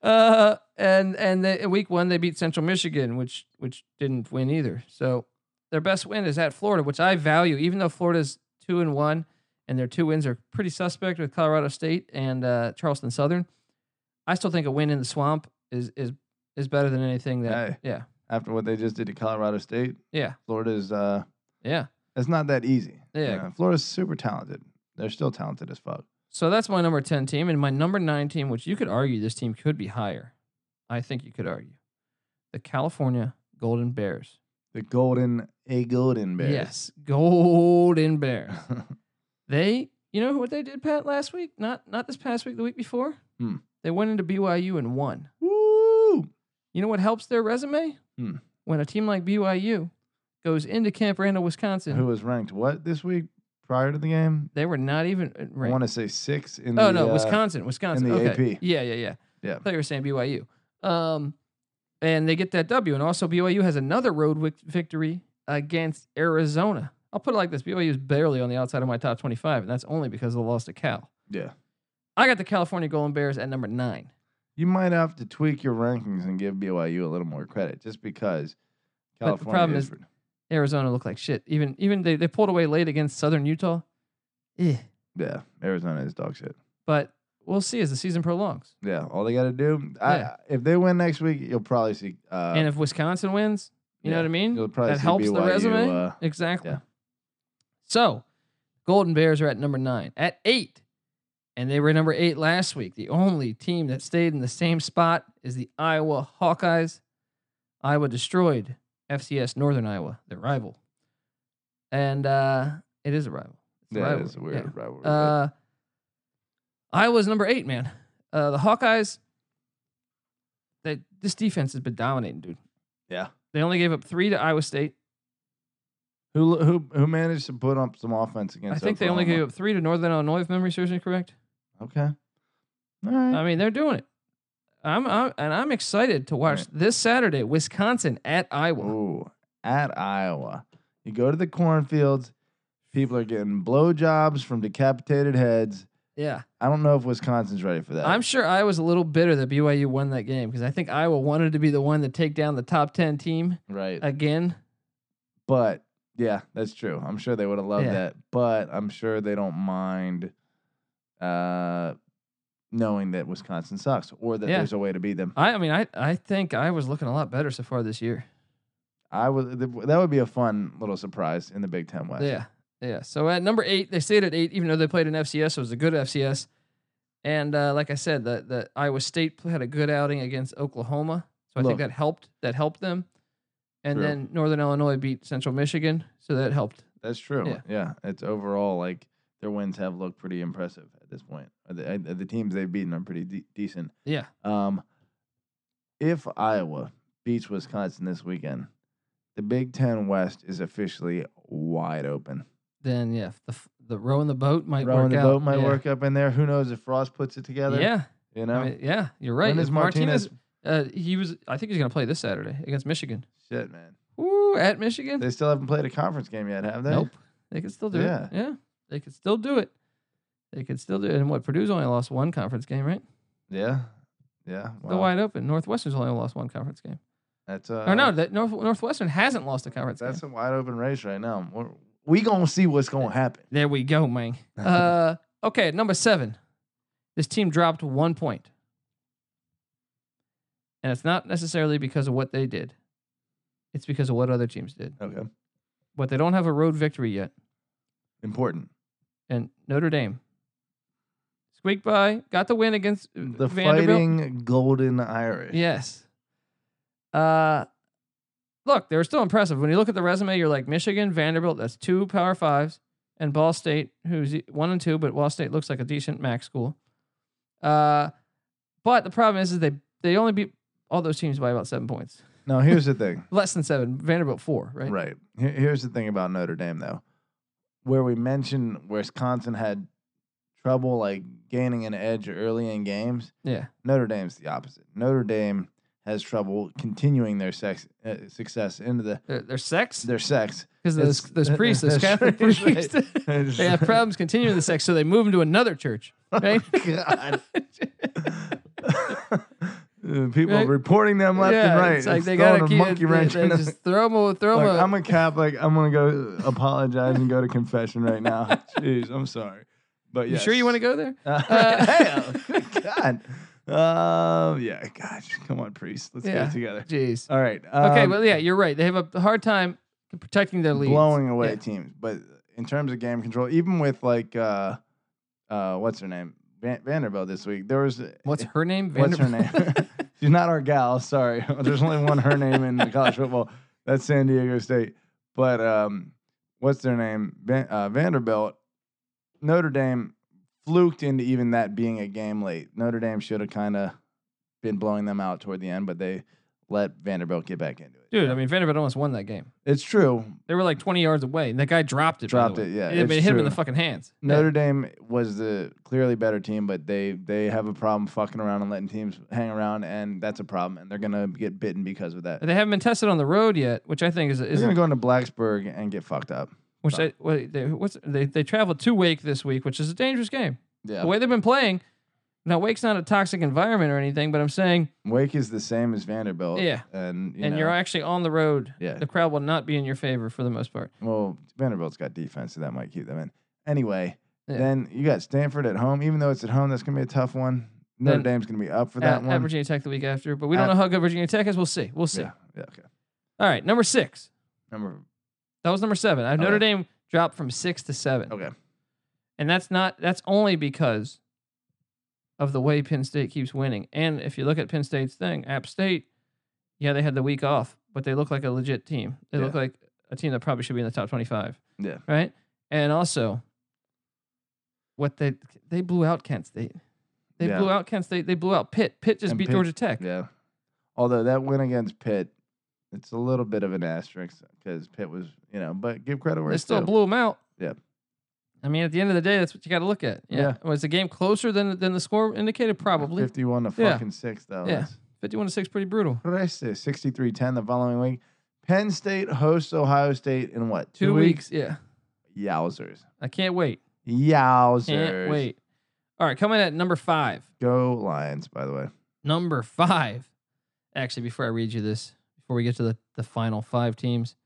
A: uh, and and the, in week one they beat Central Michigan, which which didn't win either. So their best win is at Florida, which I value, even though Florida's two and one, and their two wins are pretty suspect with Colorado State and uh, Charleston Southern. I still think a win in the swamp is is is better than anything that.
B: Hey.
A: Yeah,
B: After what they just did to Colorado State,
A: yeah,
B: Florida's uh,
A: yeah.
B: it's not that easy.
A: Yeah.
B: You know, Florida's super talented. They're still talented as fuck.
A: So that's my number ten team, and my number nine team, which you could argue this team could be higher. I think you could argue the California Golden Bears.
B: The golden a golden bear.
A: Yes, Golden Bears. (laughs) They, you know what they did, Pat, last week? Not not this past week, the week before.
B: Hmm.
A: They went into BYU and won.
B: (laughs) Woo!
A: You know what helps their resume?
B: Hmm.
A: When a team like BYU goes into Camp Randall, Wisconsin,
B: Who was ranked what this week prior to the game?
A: they were not even uh,
B: I
A: ranked.
B: want to say six in
A: oh
B: the
A: no,
B: uh,
A: Wisconsin, Wisconsin.
B: the
A: okay.
B: AP.
A: Yeah, yeah, yeah.
B: Yeah.
A: I thought you were saying BYU. Um, and they get that W, and also BYU has another road wic- victory against Arizona. I'll put it like this: BYU is barely on the outside of my top twenty-five, and that's only because of the loss to Cal.
B: Yeah.
A: I got the California Golden Bears at number nine.
B: You might have to tweak your rankings and give BYU a little more credit just because
A: But the
B: California
A: problem
B: is,
A: is- Arizona looked like shit. Even even they, they pulled away late against Southern Utah. Eh.
B: yeah, Arizona is dog shit.
A: But we'll see as the season prolongs.
B: Yeah, all they got to do I,
A: Yeah.
B: if they win next week, you'll probably see uh
A: and if Wisconsin wins, you know
B: yeah,
A: what I mean?
B: you'll probably
A: that
B: see
A: helps the
B: BYU,
A: resume.
B: uh,
A: exactly.
B: yeah.
A: So, Golden Bears are at number nine. At eight, and they were number eight last week. The only team that stayed in the same spot is the Iowa Hawkeyes. Iowa destroyed FCS Northern Iowa, their rival. And uh, it is a rival. It's a
B: that
A: rivalry.
B: is a weird
A: Yeah.
B: rivalry, but-
A: Uh, Iowa's number eight, man. Uh, the Hawkeyes. They, this defense has been dominating, dude.
B: yeah.
A: They only gave up three to Iowa State.
B: Who who who managed to put up some offense against?
A: I think they only gave
B: Oklahoma?
A: up three to Northern Illinois, if memory serves me correct.
B: Okay. All right.
A: I mean, they're doing it. I'm, I'm and I'm excited to watch
B: Right.
A: this Saturday, Wisconsin at Iowa.
B: Ooh, at Iowa, you go to the cornfields. People are getting blowjobs from decapitated heads.
A: Yeah,
B: I don't know if Wisconsin's ready for that.
A: I'm sure Iowa's a little bitter that BYU won that game because I think Iowa wanted to be the one to take down the top ten team
B: right,
A: again.
B: but yeah, that's true. I'm sure they would have loved
A: Yeah.
B: that, but I'm sure they don't mind uh, knowing that Wisconsin sucks or that
A: Yeah.
B: there's a way to beat them.
A: I, I mean, I, I think Iowa's looking a lot better so far this year.
B: I would. That would be a fun little surprise in the Big Ten West.
A: Yeah. Yeah. So at number eight, they stayed at eight, even though they played an FCS. So it was a good FCS. And uh, like I said, the, the Iowa State pl- had a good outing against Oklahoma. So I think
B: Look.
A: that helped. That helped them. And
B: True.
A: then Northern Illinois beat Central Michigan. So that helped.
B: That's true.
A: Yeah.
B: Yeah. It's overall like their wins have looked pretty impressive at this point. Uh, The, uh, the teams they've beaten are pretty de- decent.
A: Yeah.
B: Um, if Iowa beats Wisconsin this weekend, the Big Ten West is officially wide open.
A: Then, yeah, the, f- the row in the boat might work
B: Rowing the
A: out.
B: boat might
A: yeah.
B: work up in there. Who knows if Frost puts it together?
A: Yeah.
B: You
A: I
B: know.
A: mean, yeah. You're right.
B: When is
A: If
B: Martinez?
A: uh, he was, I think he's going to play this Saturday against Michigan.
B: Shit, man.
A: Ooh, at Michigan?
B: They still haven't played a conference game yet, have they?
A: Nope. They could still do
B: Yeah.
A: it. Yeah. They could still do it. They could still do it. And what Purdue's only lost one conference game, right?
B: Yeah. Yeah.
A: The
B: Wow.
A: wide open. Northwestern's only lost one conference game.
B: That's uh,
A: or no, that North, Northwestern hasn't lost a conference
B: That's
A: game.
B: a wide open race right now. We're, we gonna see what's gonna happen.
A: there we go, man.
B: (laughs)
A: Uh, okay, number seven. This team dropped one point. And it's not necessarily because of what they did. It's because of what other teams did.
B: Okay.
A: But they don't have a road victory yet.
B: Important.
A: And Notre Dame squeaked by, got the win against uh,
B: The
A: Vanderbilt.
B: fighting golden Irish.
A: Yes. Uh look, they were still impressive. When you look at the resume, you're like Michigan, Vanderbilt, that's two power fives, and Ball State, who's e- one and two, but Ball State looks like a decent MAC school. Uh but the problem is, is they they only beat all those teams by about seven points.
B: Now here's the thing.
A: Less than seven. Vanderbilt four, (laughs) right?
B: right. Here- Here's the thing about Notre Dame though. Where we mentioned Wisconsin had trouble like gaining an edge early in games,
A: Yeah.
B: Notre Dame's the opposite. Notre Dame has trouble continuing their sex, uh, success into the
A: Their, their sex?
B: their sex.
A: Because those,
B: (laughs) it's-
A: those priests, those
B: that's
A: Catholic
B: right.
A: priests, (laughs) they have problems continuing the sex, so
B: (laughs)
A: they move them to another church, right?
B: God. Uh, (laughs) people
A: Right.
B: reporting them left
A: yeah,
B: and right.
A: It's like
B: It's
A: they
B: throwing
A: gotta
B: a
A: keep
B: monkey wrench.
A: They,
B: in
A: they
B: us.
A: just throw them. Throw
B: Look,
A: them.
B: I'm a Catholic. I'm gonna go (laughs) apologize and go to confession
A: (laughs)
B: right now. Jeez, I'm sorry, but
A: you
B: yes.
A: sure you want to
B: (laughs)
A: go there?
B: Uh,
A: Uh, (laughs)
B: hey, oh, good (laughs) God. Um, yeah, gosh, come on, priest. Let's get
A: Yeah.
B: it together.
A: Jeez.
B: All right.
A: Okay,
B: um,
A: well, yeah, you're right. They have a hard time protecting their leads.
B: blowing away
A: Yeah.
B: teams. But in terms of game control, even with like uh, uh, what's her name Van- Vanderbilt this week, there was
A: What's her name?
B: What's her
A: Vanderbilt?
B: (laughs) she's not our gal. Sorry, (laughs) there's only one her name in college football. That's San Diego State. But um, what's their name Van- uh, Vanderbilt? Notre Dame fluked into even that being a game late. Notre Dame should have kind of been blowing them out toward the end, but they let Vanderbilt get back into
A: (laughs)
B: it.
A: Dude, I mean, Vanderbilt almost won that game.
B: It's true,
A: They were like 20 yards away, and that guy dropped it. by the
B: Dropped
A: way.
B: it, yeah,
A: I mean, it
B: it's
A: hit him in the
B: true.
A: fucking hands.
B: Notre Dame was the clearly better team, but they they have a problem fucking around and letting teams hang around, and that's a problem. And they're gonna get bitten because of that.
A: Yeah. They haven't been tested on the road yet, which I think is
B: They're
A: is
B: gonna go into Blacksburg and get fucked up.
A: which I, what, they, what's they they traveled to Wake this week, which is a dangerous game.
B: Yeah,
A: The way they've been playing. Now Wake's not a toxic environment or anything, but I'm saying,
B: Wake is the same as Vanderbilt.
A: Yeah.
B: and you
A: and
B: know,
A: you're actually on the road.
B: yeah.
A: The crowd will not be in your favor for the most part.
B: Well, Vanderbilt's got defense, so that might keep them in. Anyway,
A: Yeah.
B: then you got Stanford at home. Even though it's at home, that's gonna be a tough one. Notre
A: Then-
B: Dame's gonna be up for
A: at,
B: that
A: at
B: one.
A: Virginia Tech the week after, but we don't
B: At-
A: know how good Virginia Tech is. We'll see. We'll see.
B: yeah, yeah, okay.
A: All right, number six.
B: Number
A: That was number seven. I have
B: Okay.
A: Notre Dame dropped from six to seven,
B: okay.
A: and that's not that's only because of the way Penn State keeps winning. And if you look at Penn State's thing, App State, yeah, they had the week off, but they look like a legit team. They look
B: Yeah.
A: like a team that probably should be in the top twenty-five.
B: Yeah.
A: Right. And also, what they they blew out Kent State. They
B: Yeah.
A: blew out Kent State. They blew out Pitt. Pitt just
B: And
A: beat
B: Pitt-
A: Georgia Tech.
B: Yeah. Although that win against Pitt, it's a little bit of an asterisk because Pitt was, you know, but give credit where
A: They
B: it's
A: still
B: due.
A: blew them out.
B: Yeah.
A: I mean, at the end of the day, that's what you got to look at. Yeah.
B: Yeah.
A: Was the game closer than than the score indicated? Probably.
B: 51 to
A: Yeah.
B: fucking 6, though.
A: Yeah. 51 to 6, pretty brutal.
B: That's 63 10 the following week. Penn State hosts Ohio State in what?
A: Two, weeks. Yeah.
B: Yowzers.
A: I can't wait.
B: Yowzers.
A: Can't wait. All right. Coming at number five.
B: Go Lions, by the way.
A: Number five. Actually, before I read you this, before we get to the, the final five teams,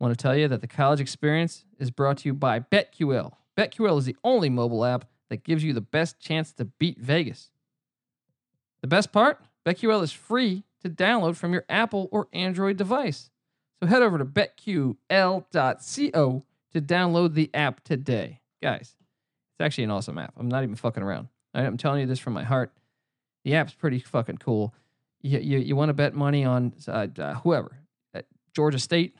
A: I want to tell you that the college experience is brought to you by BetQL. BetQL is the only mobile app that gives you the best chance to beat Vegas. The best part BetQL is free to download from your Apple or Android device. So head over to betql.co to download the app today. Guys, it's actually an awesome app. I'm not even fucking around. I- I'm telling you this from my heart. The app's pretty fucking cool. You you, you want to bet money on uh, uh, whoever, at Georgia State,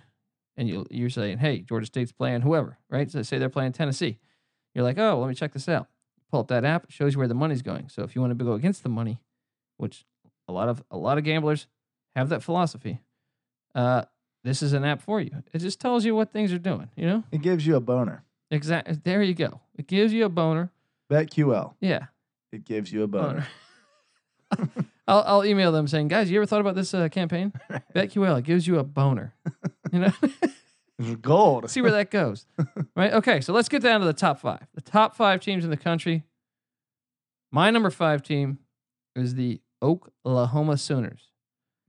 A: and you you're saying, hey, Georgia State's playing whoever, right? So say they're playing Tennessee. You're like, oh, let me check this out. Pull up that app. It shows you where the money's going. So if you want to go against the money, which a lot of a lot of gamblers have that philosophy, uh, this is an app for you. It just tells you what things are doing. You know,
B: It gives you a boner.
A: exactly. There you go. It gives you a boner.
B: BetQL.
A: Yeah.
B: It gives you a boner.
A: Boner. (laughs) I'll, I'll email them saying, guys, you ever thought about this uh, campaign? BetQL it gives you a boner. You know,
B: (laughs)
A: (laughs)
B: It's gold.
A: see where that goes, right? Okay, so let's get down to the top five. The top five teams in the country. My number five team is the Oklahoma Sooners.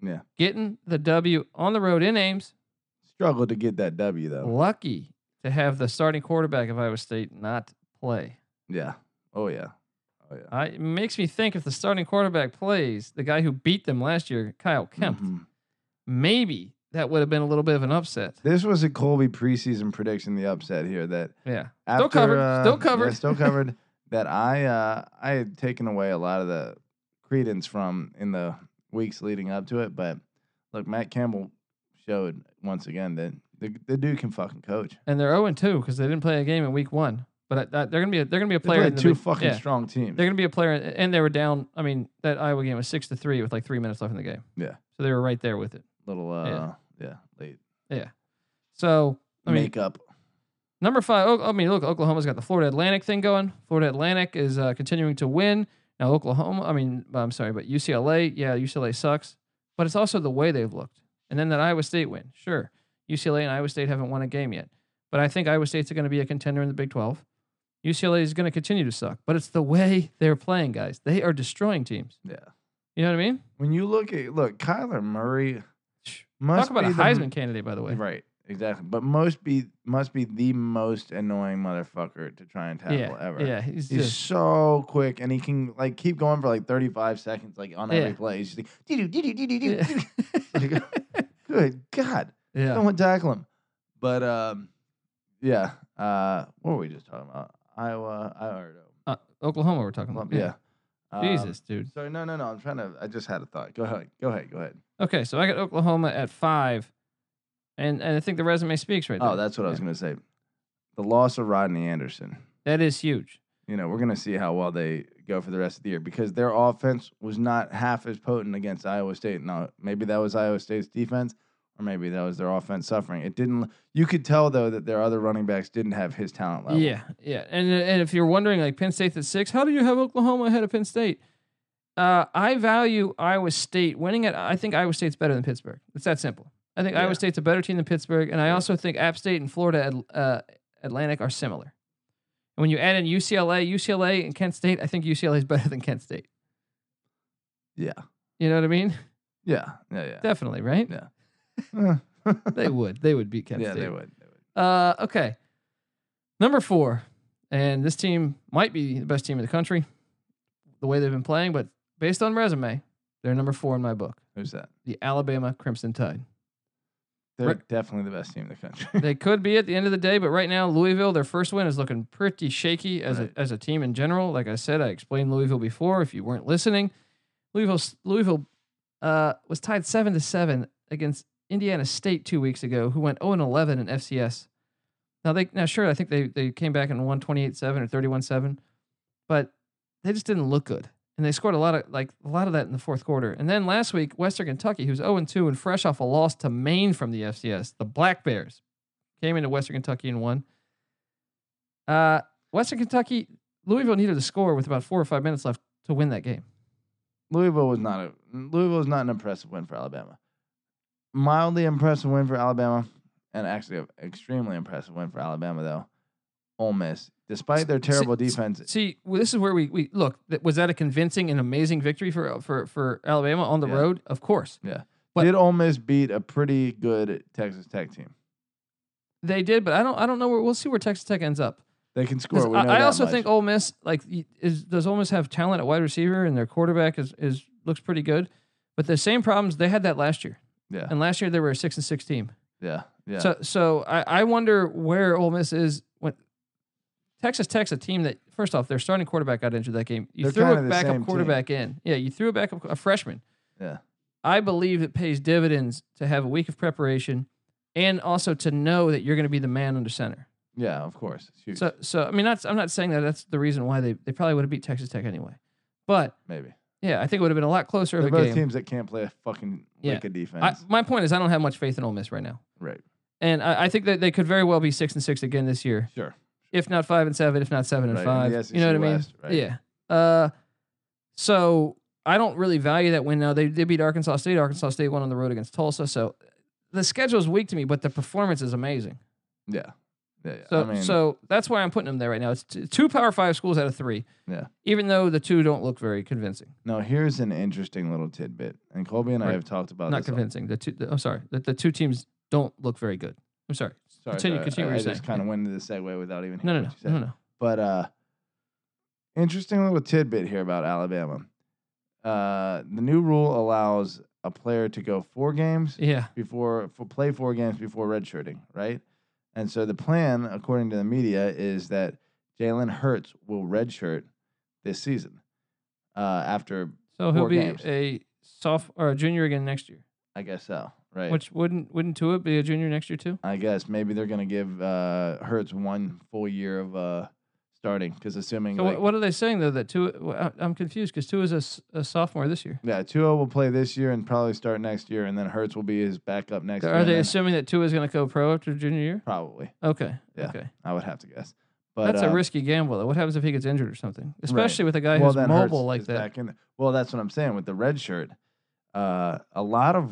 B: Yeah.
A: getting the W on the road in Ames.
B: Struggled to get that W, though.
A: Lucky to have the starting quarterback of Iowa State not play.
B: Yeah. Oh, yeah. Oh, yeah.
A: I, it makes me think if the starting quarterback plays, the guy who beat them last year, Kyle Kemp,
B: Mhm.
A: maybe that would have been a little bit of an upset.
B: This was a Colby preseason prediction. The upset here that
A: Yeah. Still
B: after,
A: covered,
B: uh,
A: still
B: yeah,
A: covered. (laughs)
B: still covered. that I uh, I had taken away a lot of the credence from in the weeks leading up to it. But look, Matt Campbell showed once again that the, the dude can fucking coach.
A: And they're 0 2 because they didn't play a game in week one. But I, I- they're gonna be a, they're gonna be a
B: They
A: player. in
B: played
A: the
B: two
A: big-
B: fucking
A: yeah.
B: strong teams.
A: They're gonna be a player, and they were down. I mean, that Iowa game was six to three with like three minutes left in the game.
B: Yeah.
A: So they were right there with it.
B: Little uh, yeah,
A: Yeah.
B: late
A: So I mean,
B: makeup.
A: Number five, oh, I mean, look, Oklahoma's got the Florida Atlantic thing going. Florida Atlantic is uh, continuing to win. Now, Oklahoma, I mean, uh, I'm sorry, but UCLA, yeah, UCLA sucks, but it's also the way they've looked. And then that Iowa State win, sure. UCLA and Iowa State haven't won a game yet, but I think Iowa State's going to be a contender in the Big 12. UCLA is going to continue to suck, but it's the way they're playing, guys. They are destroying teams.
B: Yeah,
A: You know what I mean?
B: When you look at look, Kyler Murray
A: Shh.
B: must
A: Talk about
B: be
A: a
B: the-
A: Heisman candidate, by the way.
B: Right, exactly. But most be must be the most annoying motherfucker to try and tackle
A: yeah,
B: ever.
A: yeah. He's,
B: He's
A: just,
B: so quick, and he can like keep going for like 35 seconds, like on every
A: Yeah.
B: play. He's just like, doo doo doo doo doo doo. doo."
A: yeah.
B: (laughs) Good God,
A: (laughs) yeah.
B: someone tackle him. But um, yeah. Uh, what were we just talking about? Iowa, Iowa.
A: Uh, Oklahoma, we're talking about.
B: Yeah. Um,
A: Jesus, dude.
B: Sorry, no, no, no. I'm trying to. I just had a thought. Go ahead. Go ahead. Go ahead.
A: Okay, so I got Oklahoma at five, and and I think the resume speaks right
B: Oh,
A: there.
B: that's what I was
A: Yeah.
B: going to say. The loss of Rodney Anderson.
A: That is huge.
B: You know, we're going to see how well they go for the rest of the year because their offense was not half as potent against Iowa State. Now, maybe that was Iowa State's defense, or maybe that was their offense suffering. It didn't. You could tell though that their other running backs didn't have his talent level.
A: Yeah, yeah. And and if you're wondering, like Penn State's at six, how do you have Oklahoma ahead of Penn State? Uh, I value Iowa State winning at. I think Iowa State's better than Pittsburgh. It's that simple. I think
B: Yeah.
A: Iowa State's a better team than Pittsburgh, and I
B: Yeah.
A: also think App State and Florida At- uh, Atlantic are similar. And when you add in UCLA, UCLA and Kent State, I think UCLA is better than Kent State.
B: Yeah.
A: You know what I mean?
B: Yeah. Yeah. Yeah.
A: Definitely, right?
B: (laughs) Yeah. Eh,
A: They would. They would beat Kent
B: yeah.
A: State.
B: They would. They would.
A: Uh, okay. Number four, and this team might be the best team in the country, the way they've been playing, but based on resume, they're number four in my book.
B: Who's that?
A: The Alabama Crimson Tide.
B: They're
A: Right.
B: definitely the best team in the country.
A: they could be at the end of the day, but right now, Louisville, their first win is looking pretty shaky as
B: Right.
A: a as a team in general. Like I said, I explained Louisville before. If you weren't listening, Louisville Louisville uh, was tied seven to seven against Indiana State two weeks ago, who went zero and eleven in FCS. Now they now sure I think they they came back and won twenty eight seven or thirty one seven, but they just didn't look good. And they scored a lot of like a lot of that in the fourth quarter. And then last week, Western Kentucky, who's 0 2 and fresh off a loss to Maine from the FCS, the Black Bears, came into Western Kentucky and won. Uh, Western Kentucky, Louisville needed a score with about four or five minutes left to win that game.
B: Louisville was not a Louisville was not an impressive win for Alabama. Mildly impressive win for Alabama, and actually an extremely impressive win for Alabama though. Ole Miss, despite their terrible
A: s-
B: defense,
A: See, well, this is where we, we look. That, was that a convincing and amazing victory for for for Alabama on the
B: Yeah.
A: road? Of course, but-
B: did Ole Miss beat a pretty good Texas Tech team?
A: they did. But I don't I don't know where we'll see where Texas Tech ends up.
B: They can
A: 'Cause
B: score. We know
A: I, I
B: that
A: also
B: much.
A: think Ole Miss like y- is does Ole Miss have talent at wide receiver and their quarterback is is looks pretty good. But the same problems they had that last year,
B: Yeah,
A: and last year they were a six and six team.
B: yeah, yeah.
A: So so I, I wonder where Ole Miss is when Texas Tech's a team that first off their starting quarterback got injured that game. You
B: They're
A: threw
B: kinda
A: a
B: the same
A: backup
B: team.
A: quarterback in. Yeah, you threw a backup a freshman.
B: Yeah.
A: I believe it pays dividends to have a week of preparation and also to know that you're going to be the man under center.
B: yeah, of course. It's huge,
A: So so I mean that's I'm not saying that that's the reason why they, they probably would have beat Texas Tech anyway. But
B: maybe.
A: yeah, I think it would have been a lot closer
B: They're
A: of a
B: both
A: game.
B: teams that can't play a fucking
A: Yeah.
B: lick of defense.
A: I, my point is I don't have much faith in Ole Miss right now.
B: right.
A: And I, I think that they could very well be six and six again this year.
B: Sure.
A: if not five and seven, if not seven and
B: Right,
A: five.
B: and the
A: you know
B: SEC
A: what I mean?
B: West, right.
A: Yeah. Uh, so I don't really value that win now. They they beat Arkansas State. Arkansas State won on the road against Tulsa. So the schedule is weak to me, but the performance is amazing.
B: Yeah. Yeah. yeah.
A: So
B: I mean,
A: so that's why I'm putting them there right now. It's t- two Power Five schools out of three.
B: Yeah.
A: Even though the two don't look very convincing,
B: now here's an interesting little tidbit, and Colby and I
A: Right.
B: have talked about
A: not
B: Oh, this. a-
A: convincing. The two. The, I'm sorry. The, the two teams don't look very good. I'm sorry.
B: Sorry,
A: Continue-
B: sorry.
A: continue
B: I,
A: what
B: I
A: you're
B: just
A: saying.
B: kind of went into the segue without even.
A: No, no, no,
B: hearing what you
A: no,
B: said.
A: no.
B: But uh, interesting little tidbit here about Alabama. Uh, the new rule allows a player to go four games
A: Yeah.
B: before for play four games before redshirting, right? And so the plan, according to the media, is that Jalen Hurts will redshirt this season. Uh, after
A: So he'll
B: Four
A: be
B: games.
A: a soft or a junior again next year.
B: I guess so, right?
A: Which wouldn't wouldn't Tua be a junior next year too?
B: I guess maybe they're gonna give uh, Hurts one full year of uh, starting because assuming
A: So
B: like,
A: what, what are they saying though? That Tua, wh- I- I'm confused because Tua is a, s- a sophomore this year.
B: Yeah, Tua will play this year and probably start next year, and then Hertz will be his backup next year.
A: Are
B: and
A: they
B: then-
A: assuming that Tua is going to go pro after junior year?
B: probably?
A: Okay,
B: Yeah,
A: okay,
B: I would have to guess. But
A: that's a
B: uh,
A: risky gamble. though. What happens if he gets injured or something? Especially with a guy who's
B: then
A: mobile
B: Hurts
A: like
B: is
A: that.
B: back in the- well, that's what I'm saying with the red shirt. Uh, a lot of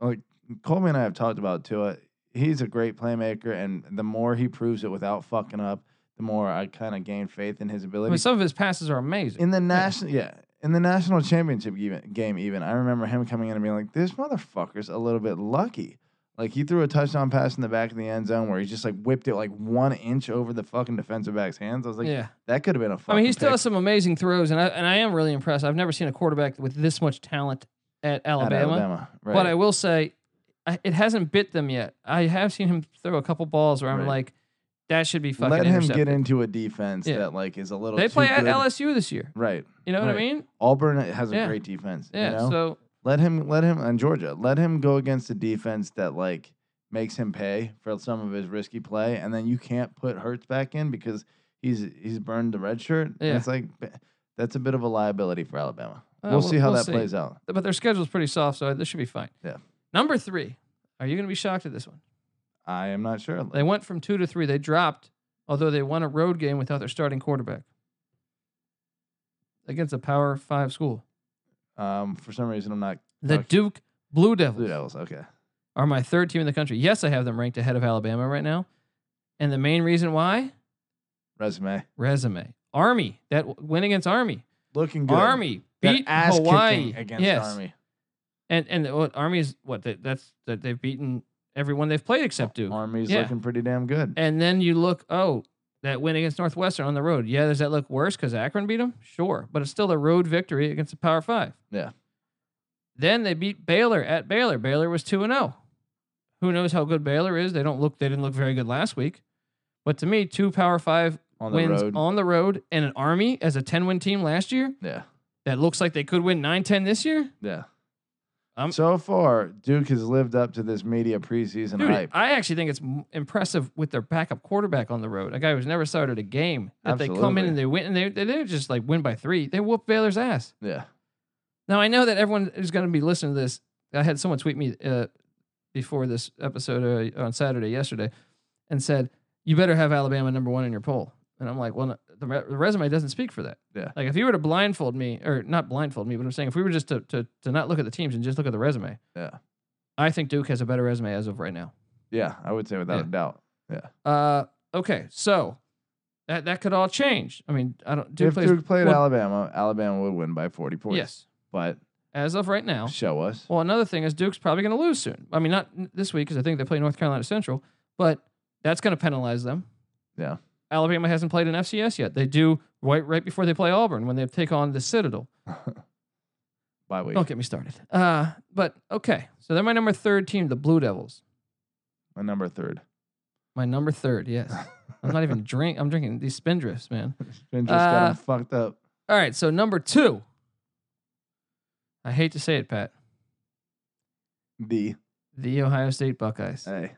B: like Coleman and I have talked about Tua. He's a great playmaker, and the more he proves it without fucking up, the more I kind of gain faith in his
A: I
B: ability.
A: mean, some of his passes are amazing. (laughs)
B: in the national, yeah, in the national championship even, game, even I remember him coming in and being like, "This motherfucker's a little bit lucky." Like he threw a touchdown pass in the back of the end zone where he just like whipped it like one inch over the fucking defensive back's hands. I was like,
A: yeah.
B: that could have been a.
A: I
B: Fucking
A: mean, he still
B: pick
A: has some amazing throws, and I and I am really impressed. I've never seen a quarterback with this much talent at
B: at
A: Alabama.
B: Alabama, right?
A: But I will say, I, it hasn't bit them yet. I have seen him throw a couple balls where I'm
B: Right.
A: like, that should be fucking.
B: let him
A: intercepted.
B: get into a defense
A: Yeah.
B: that like is a little.
A: They
B: too
A: play at
B: good.
A: LSU this year.
B: Right.
A: You know what I
B: Right.
A: mean?
B: Auburn has a
A: Yeah.
B: great defense. you
A: Yeah.
B: know?
A: So uh,
B: let him let him and Georgia let him go against a defense that like makes him pay for some of his risky play, and then you can't put Hurts back in because he's he's burned the red shirt. And
A: Yeah.
B: It's like that's a bit of a liability for Alabama.
A: uh,
B: we'll, see how that
A: see.
B: plays out.
A: But their schedule's pretty soft, so this should be fine.
B: Yeah.
A: Number three. Are you going to be shocked at this one?
B: I am not sure.
A: They went from two to three. They dropped, although they won a road game without their starting quarterback against a Power Five school.
B: Um, for some reason, I'm not
A: The
B: Okay.
A: Duke Blue
B: Blue
A: Devils
B: Devils. Okay,
A: are my third team in the country. Yes, I have them ranked ahead of Alabama right now. And the main reason why?
B: resume
A: Resume. Army. That w- win against Army.
B: looking good.
A: Army
B: That
A: beat
B: ass kicking
A: Hawaii
B: against
A: yes.
B: Army.
A: And and what Army is what they, that's that they've beaten everyone they've played except Duke.
B: Army's
A: Yeah.
B: looking pretty damn good.
A: And then you look, oh, that win against Northwestern on the road. Yeah, does that look worse because Akron beat them? Sure, but it's still a road victory against the Power Five.
B: Yeah.
A: Then they beat Baylor at Baylor. Baylor was two and zero. Who knows how good Baylor is? They don't look. They didn't look very good last week. But to me, two Power Five
B: on the
A: wins
B: road.
A: on the road and an Army as a ten win team last year
B: yeah,
A: that looks like they could win 9-10 this year.
B: yeah.
A: I'm-
B: so far, Duke has lived up to this media preseason
A: Dude,
B: hype.
A: I actually think it's m- impressive with their backup quarterback on the road, a guy who's never started a game. That they come in
B: Absolutely.
A: and they win, and they, they didn't just like win by three. They whooped Baylor's ass.
B: Yeah.
A: Now I know that everyone is going to be listening to this. I had someone tweet me uh, before this episode uh, on Saturday yesterday, and said, "You better have Alabama number one in your poll." And I'm like, "Well, no, the, re- the resume doesn't speak for that."
B: Yeah.
A: Like if you were to blindfold me, or not blindfold me, but I'm saying if we were just to to, to not look at the teams and just look at the resume,
B: Yeah.
A: I think Duke has a better resume as of right now.
B: Yeah, I would say without
A: Yeah.
B: a doubt.
A: Uh, okay, so that that could all change. I mean, I don't. Duke
B: if
A: plays,
B: Duke played
A: well-
B: Alabama, Alabama would win by 40 points.
A: yes,
B: But
A: as of right now.
B: show us.
A: Well, another thing is Duke's probably going to lose soon. I mean, not n- this week because I think they play North Carolina Central, but that's going to penalize them.
B: Yeah.
A: Alabama hasn't played an FCS yet. They do right right before they play Auburn when they take on the Citadel.
B: Bye week.
A: Don't get me started. Uh, but okay, so they're my number third team, the Blue Devils.
B: My number third.
A: (laughs) My number third,
B: (laughs)
A: yes. I'm not even drink. I'm drinking these spindrifts, man.
B: Been just got
A: Uh,
B: 'em fucked up.
A: All right, so number two. I hate to say it, Pat.
B: The
A: The Ohio State Buckeyes.
B: hey.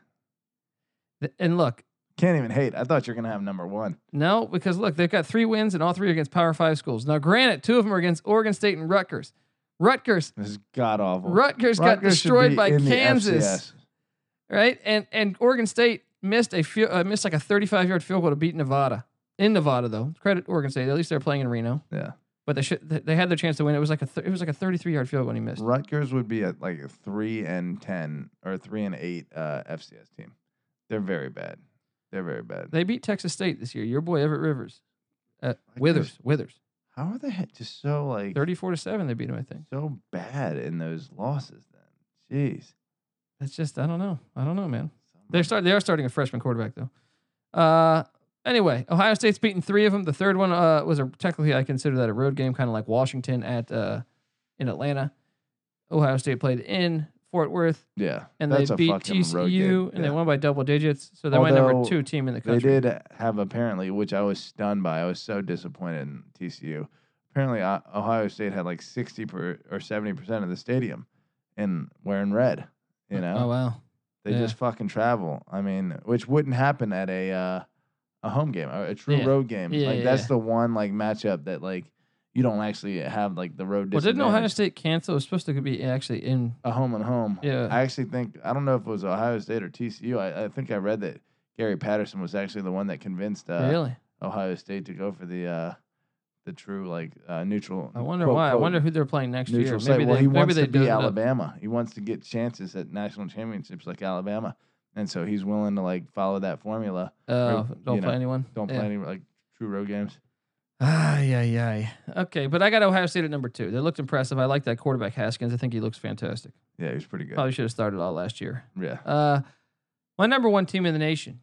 A: Th- And look,
B: Can't even hate. I thought you were gonna have number one.
A: no, because look, they've got three wins and all three are against Power Five schools. Now, granted, two of them are against Oregon State and Rutgers. Rutgers,
B: This is god awful.
A: Rutgers, got
B: Rutgers should
A: destroyed
B: be
A: by
B: in the
A: Kansas,
B: FCS.
A: right? And and Oregon State missed a few, uh, missed like a 35 yard field goal to beat Nevada. In Nevada, though, credit Oregon State. At least they're playing in Reno,
B: Yeah.
A: but they should they- they had their chance to win. It was like a th- it was like a 33 yard field goal and he missed.
B: Rutgers would be at like a three and ten or three and eight uh, FCS team. They're very bad. They're very bad.
A: They beat Texas State this year. Your boy Everett Rivers, uh,
B: guess-
A: Withers, Withers,
B: How are they just so like
A: thirty-four to seven. They beat him. I think
B: so bad in those losses then? Jeez.
A: that's just I don't know. I don't know, man. They're start they are starting a freshman quarterback though. Uh, anyway, Ohio State's beaten three of them. The third one uh was a technically I consider that a road game, kind of like Washington at uh in Atlanta. Ohio State played in Fort Worth
B: Yeah,
A: and
B: that's
A: they
B: a
A: beat
B: fucking road
A: TCU
B: game.
A: and they
B: Yeah.
A: won by double digits. So they're my number
B: Although
A: two team in the
B: They
A: country.
B: did have apparently, which I was stunned by. I was so disappointed in TCU. Apparently, uh, Ohio State had like sixty per, or seventy percent of the stadium, and wearing red. You know,
A: Oh wow.
B: they
A: yeah.
B: just fucking travel. I mean, which wouldn't happen at a uh, a home game, a, a true
A: Yeah.
B: road game.
A: Yeah,
B: like
A: yeah,
B: that's
A: yeah.
B: the one like matchup that like you don't actually have like the road.
A: Well, didn't Ohio
B: disadvantage.
A: State cancel? It was supposed to be actually in.
B: a home and home.
A: Yeah.
B: I actually think I don't know if it was Ohio State or TCU. I, I think I read that Gary Patterson was actually the one that convinced uh,
A: really?
B: Ohio State to go for the uh, the true like uh, neutral.
A: I wonder
B: quote,
A: why. I
B: quote,
A: wonder who they're playing next
B: neutral
A: year.
B: site.
A: Maybe
B: well,
A: they,
B: he
A: maybe
B: wants
A: they
B: to
A: do
B: be Alabama. He wants to get chances at national championships like Alabama, and so he's willing to like follow that formula.
A: Oh,
B: Or,
A: don't
B: you
A: play
B: know,
A: anyone.
B: Don't
A: Yeah.
B: play any like true road games.
A: Ay, ay, ay. Okay, but I got Ohio State at number two. They looked impressive. I like that quarterback Haskins. I think he looks fantastic.
B: Yeah, he was pretty good.
A: Probably should have started all last year.
B: yeah.
A: Uh, my number one team in the nation,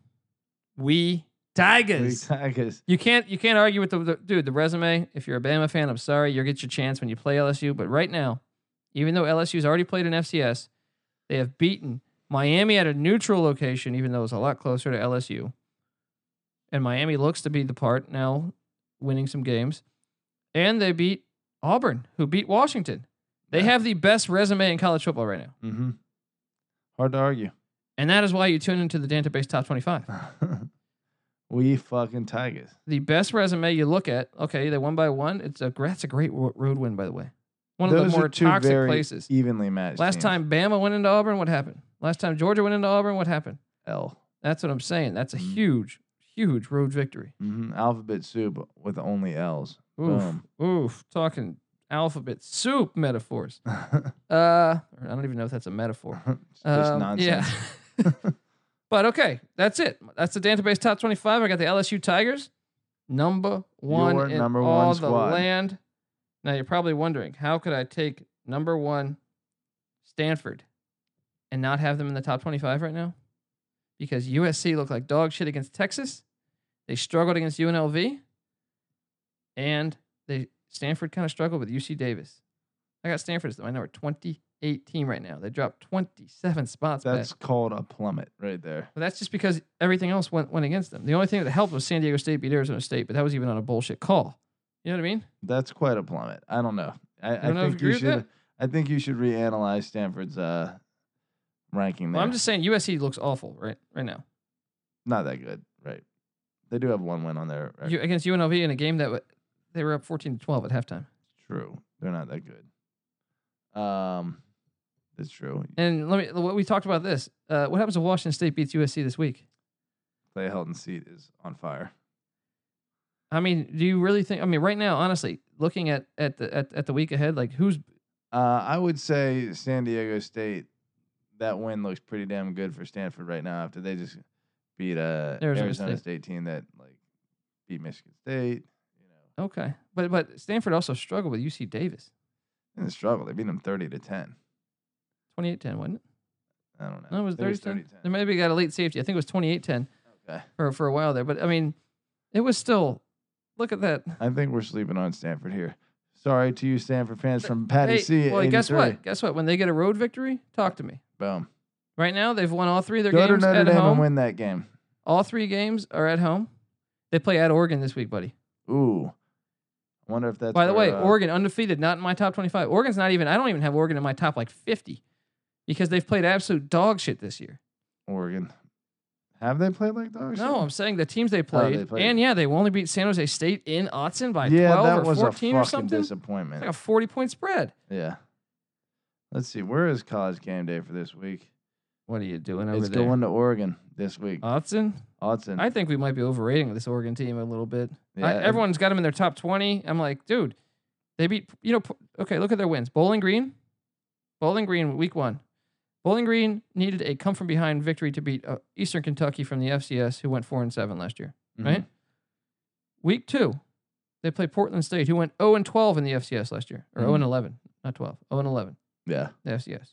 A: we Tigers.
B: I guess
A: You can't you can't argue with the, the- dude. The resume. If you're a Bama fan, I'm sorry, you'll get your chance when you play LSU. But right now, even though LSU's already played in FCS, they have beaten Miami at a neutral location, even though it's a lot closer to LSU. And Miami looks to be the part now, winning some games, and they beat Auburn, who beat Washington. They
B: Yeah.
A: have the best resume in college football right now,
B: hmm Hard to argue. (laughs)
A: and that is why you tune into the Dantabase Top Twenty Five.
B: we fucking Tigers.
A: the best resume you look at. Okay, they won by one. It's a that's a great ro- road win, by the way. One of
B: Those
A: the
B: are
A: more
B: two
A: toxic
B: very
A: places.
B: Evenly matched.
A: Last
B: teams.
A: time Bama went into Auburn, what happened? Last time Georgia went into Auburn, what happened?
B: L.
A: That's what I'm saying. That's a
B: Mhm.
A: huge, huge road victory.
B: hmm Alphabet soup with only L's. (laughs)
A: Oof,
B: Boom.
A: oof. Talking alphabet soup
B: (laughs)
A: metaphors. Uh, I don't even know if that's a metaphor.
B: It's just
A: Um,
B: nonsense.
A: (laughs) Yeah. but okay, that's it. That's the database top 25. I got the LSU Tigers, number one
B: Your
A: in
B: number one
A: all
B: squad.
A: the land. Now you're probably wondering, how could I take number one Stanford and not have them in the top 25 right now? Because USC looked like dog shit against Texas. They struggled against UNLV. And they Stanford kind of struggled with UC Davis. I got Stanford as my number 28 team right now. They dropped 27 spots. back.
B: That's called a plummet right there.
A: But that's just because everything else went, went against them. The only thing that helped was San Diego State beat Arizona State, but that was even on a bullshit call. You know what I mean?
B: That's quite a plummet. I don't know. I, I
A: don't know if
B: think
A: you
B: you,
A: agree with
B: should. I think you should reanalyze Stanford's uh, ranking. There.
A: Well, I'm just saying USC looks awful right right now
B: not that good, right? They do have one win on their. Record.
A: you, against UNLV in a game that w- they were up 14 to 12 at halftime.
B: true, they're not that good. Um, that's true.
A: And let me what we talked about this. Uh, what happens if Washington State beats USC this week?
B: Clay Helton's seat is on fire.
A: I mean, do you really think? I mean, right now, honestly, looking at at the at, at the week ahead, like who's
B: Uh, I would say San Diego State. That win looks pretty damn good for Stanford right now after they just beat a
A: Arizona
B: Arizona,
A: State.
B: State. team that like beat Michigan State. You know,
A: okay, but but Stanford also struggled with UC Davis,
B: in the struggle, they beat them thirty to ten.
A: 28-10, wasn't it?
B: I don't know.
A: No, it was
B: I
A: 30-10.
B: think 30-10.
A: They maybe got a late safety. I think it was 28-10
B: Okay.
A: for, for a while there. But, I mean, it was still, look at that.
B: I think we're sleeping on Stanford here. Sorry to you, Stanford fans from Patty
A: Hey,
B: C. at
A: well, guess
B: 83.
A: what? Guess what? When they get a road victory, talk to me.
B: Boom.
A: Right now, they've won all three of their
B: Go to
A: games
B: Notre
A: at
B: Dame
A: home.
B: and win that game.
A: All three games are at home. They play at Oregon this week, buddy.
B: Ooh. I wonder if that's.
A: By the
B: where,
A: way,
B: uh,
A: Oregon undefeated, not in my top 25. Oregon's not even, I don't even have Oregon in my top like 50 because they've played absolute dog shit this year.
B: Oregon. Have they played like dogs?
A: No, I'm saying the teams they
B: Oh,
A: played.
B: they played.
A: And yeah, they only beat San Jose State in Otson by
B: yeah,
A: 12
B: that
A: or
B: was
A: 14
B: a
A: or
B: fucking
A: something. It's
B: disappointment.
A: like a 40 point spread.
B: yeah. Let's see. Where is college game day for this week?
A: What are you doing over
B: it's
A: there?
B: going to Oregon this week.
A: Otson?
B: Autzen.
A: I think we might be overrating this Oregon team a little bit.
B: Yeah,
A: I, everyone's got them in their top 20. I'm like, dude, they beat, you know, p- okay, look at their wins. Bowling Green, Bowling Green, week one. Bowling Green needed a come from behind victory to beat uh, Eastern Kentucky from the FCS, who went 4 and 7 last year.
B: mhm.
A: right? Week two, they play Portland State, who went 0 and 12 in the FCS last year, or
B: Mm-hmm.
A: 0 and 11, not 12, 0 and 11
B: Yeah.
A: the FCS.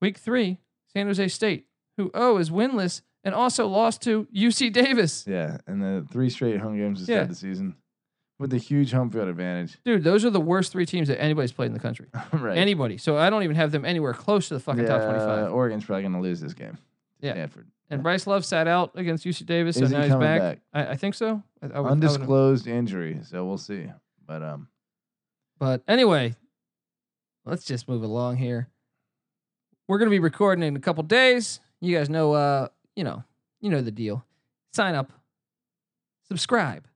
A: Week three, San Jose State, who oh is winless and also lost to UC Davis.
B: Yeah. And the three straight home games to
A: Yeah.
B: start the season with a huge home field advantage. (laughs)
A: Dude, those are the worst three teams that anybody's played in the country.
B: right.
A: Anybody. So I don't even have them anywhere close to the fucking top twenty-five.
B: Oregon's probably going to lose this game.
A: Yeah.
B: Stanford.
A: And Bryce Love sat out against UC Davis,
B: Is
A: so now
B: he
A: he's
B: coming
A: back.
B: back?
A: I, I think so. I, I would- I would-
B: Undisclosed injury, so we'll see. But um,
A: But anyway, let's just move along here. We're gonna be recording in a couple days. You guys know, uh, you know, you know the deal. Sign up, subscribe,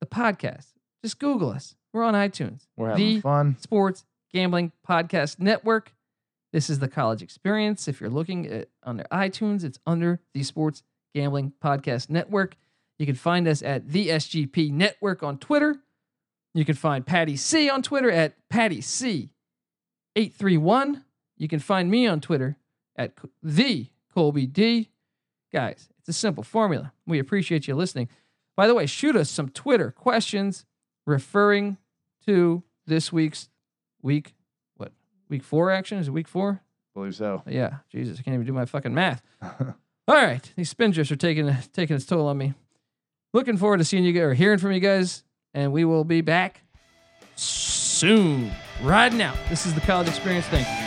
A: the podcast. Just Google us. We're on iTunes,
B: we're having
A: The-
B: fun.
A: Sports Gambling Podcast Network. This is the college experience. If you're looking at under iTunes, it's under the Sports Gambling Podcast Network. You can find us at the SGP Network on Twitter. You can find Patty C on Twitter at Patty C831. You can find me on Twitter at Co- the Colby D. Guys, it's a simple formula. We appreciate you listening. By the way, shoot us some Twitter questions referring to this week's week what? Week 4 action is it week 4?
B: believe so.
A: Yeah, Jesus, I can't even do my fucking math. All right, these spin drifts are taking taking its toll on me. Looking forward to seeing you guys or hearing from you guys, and we will be back soon. Riding out. This is the college experience. Thank you.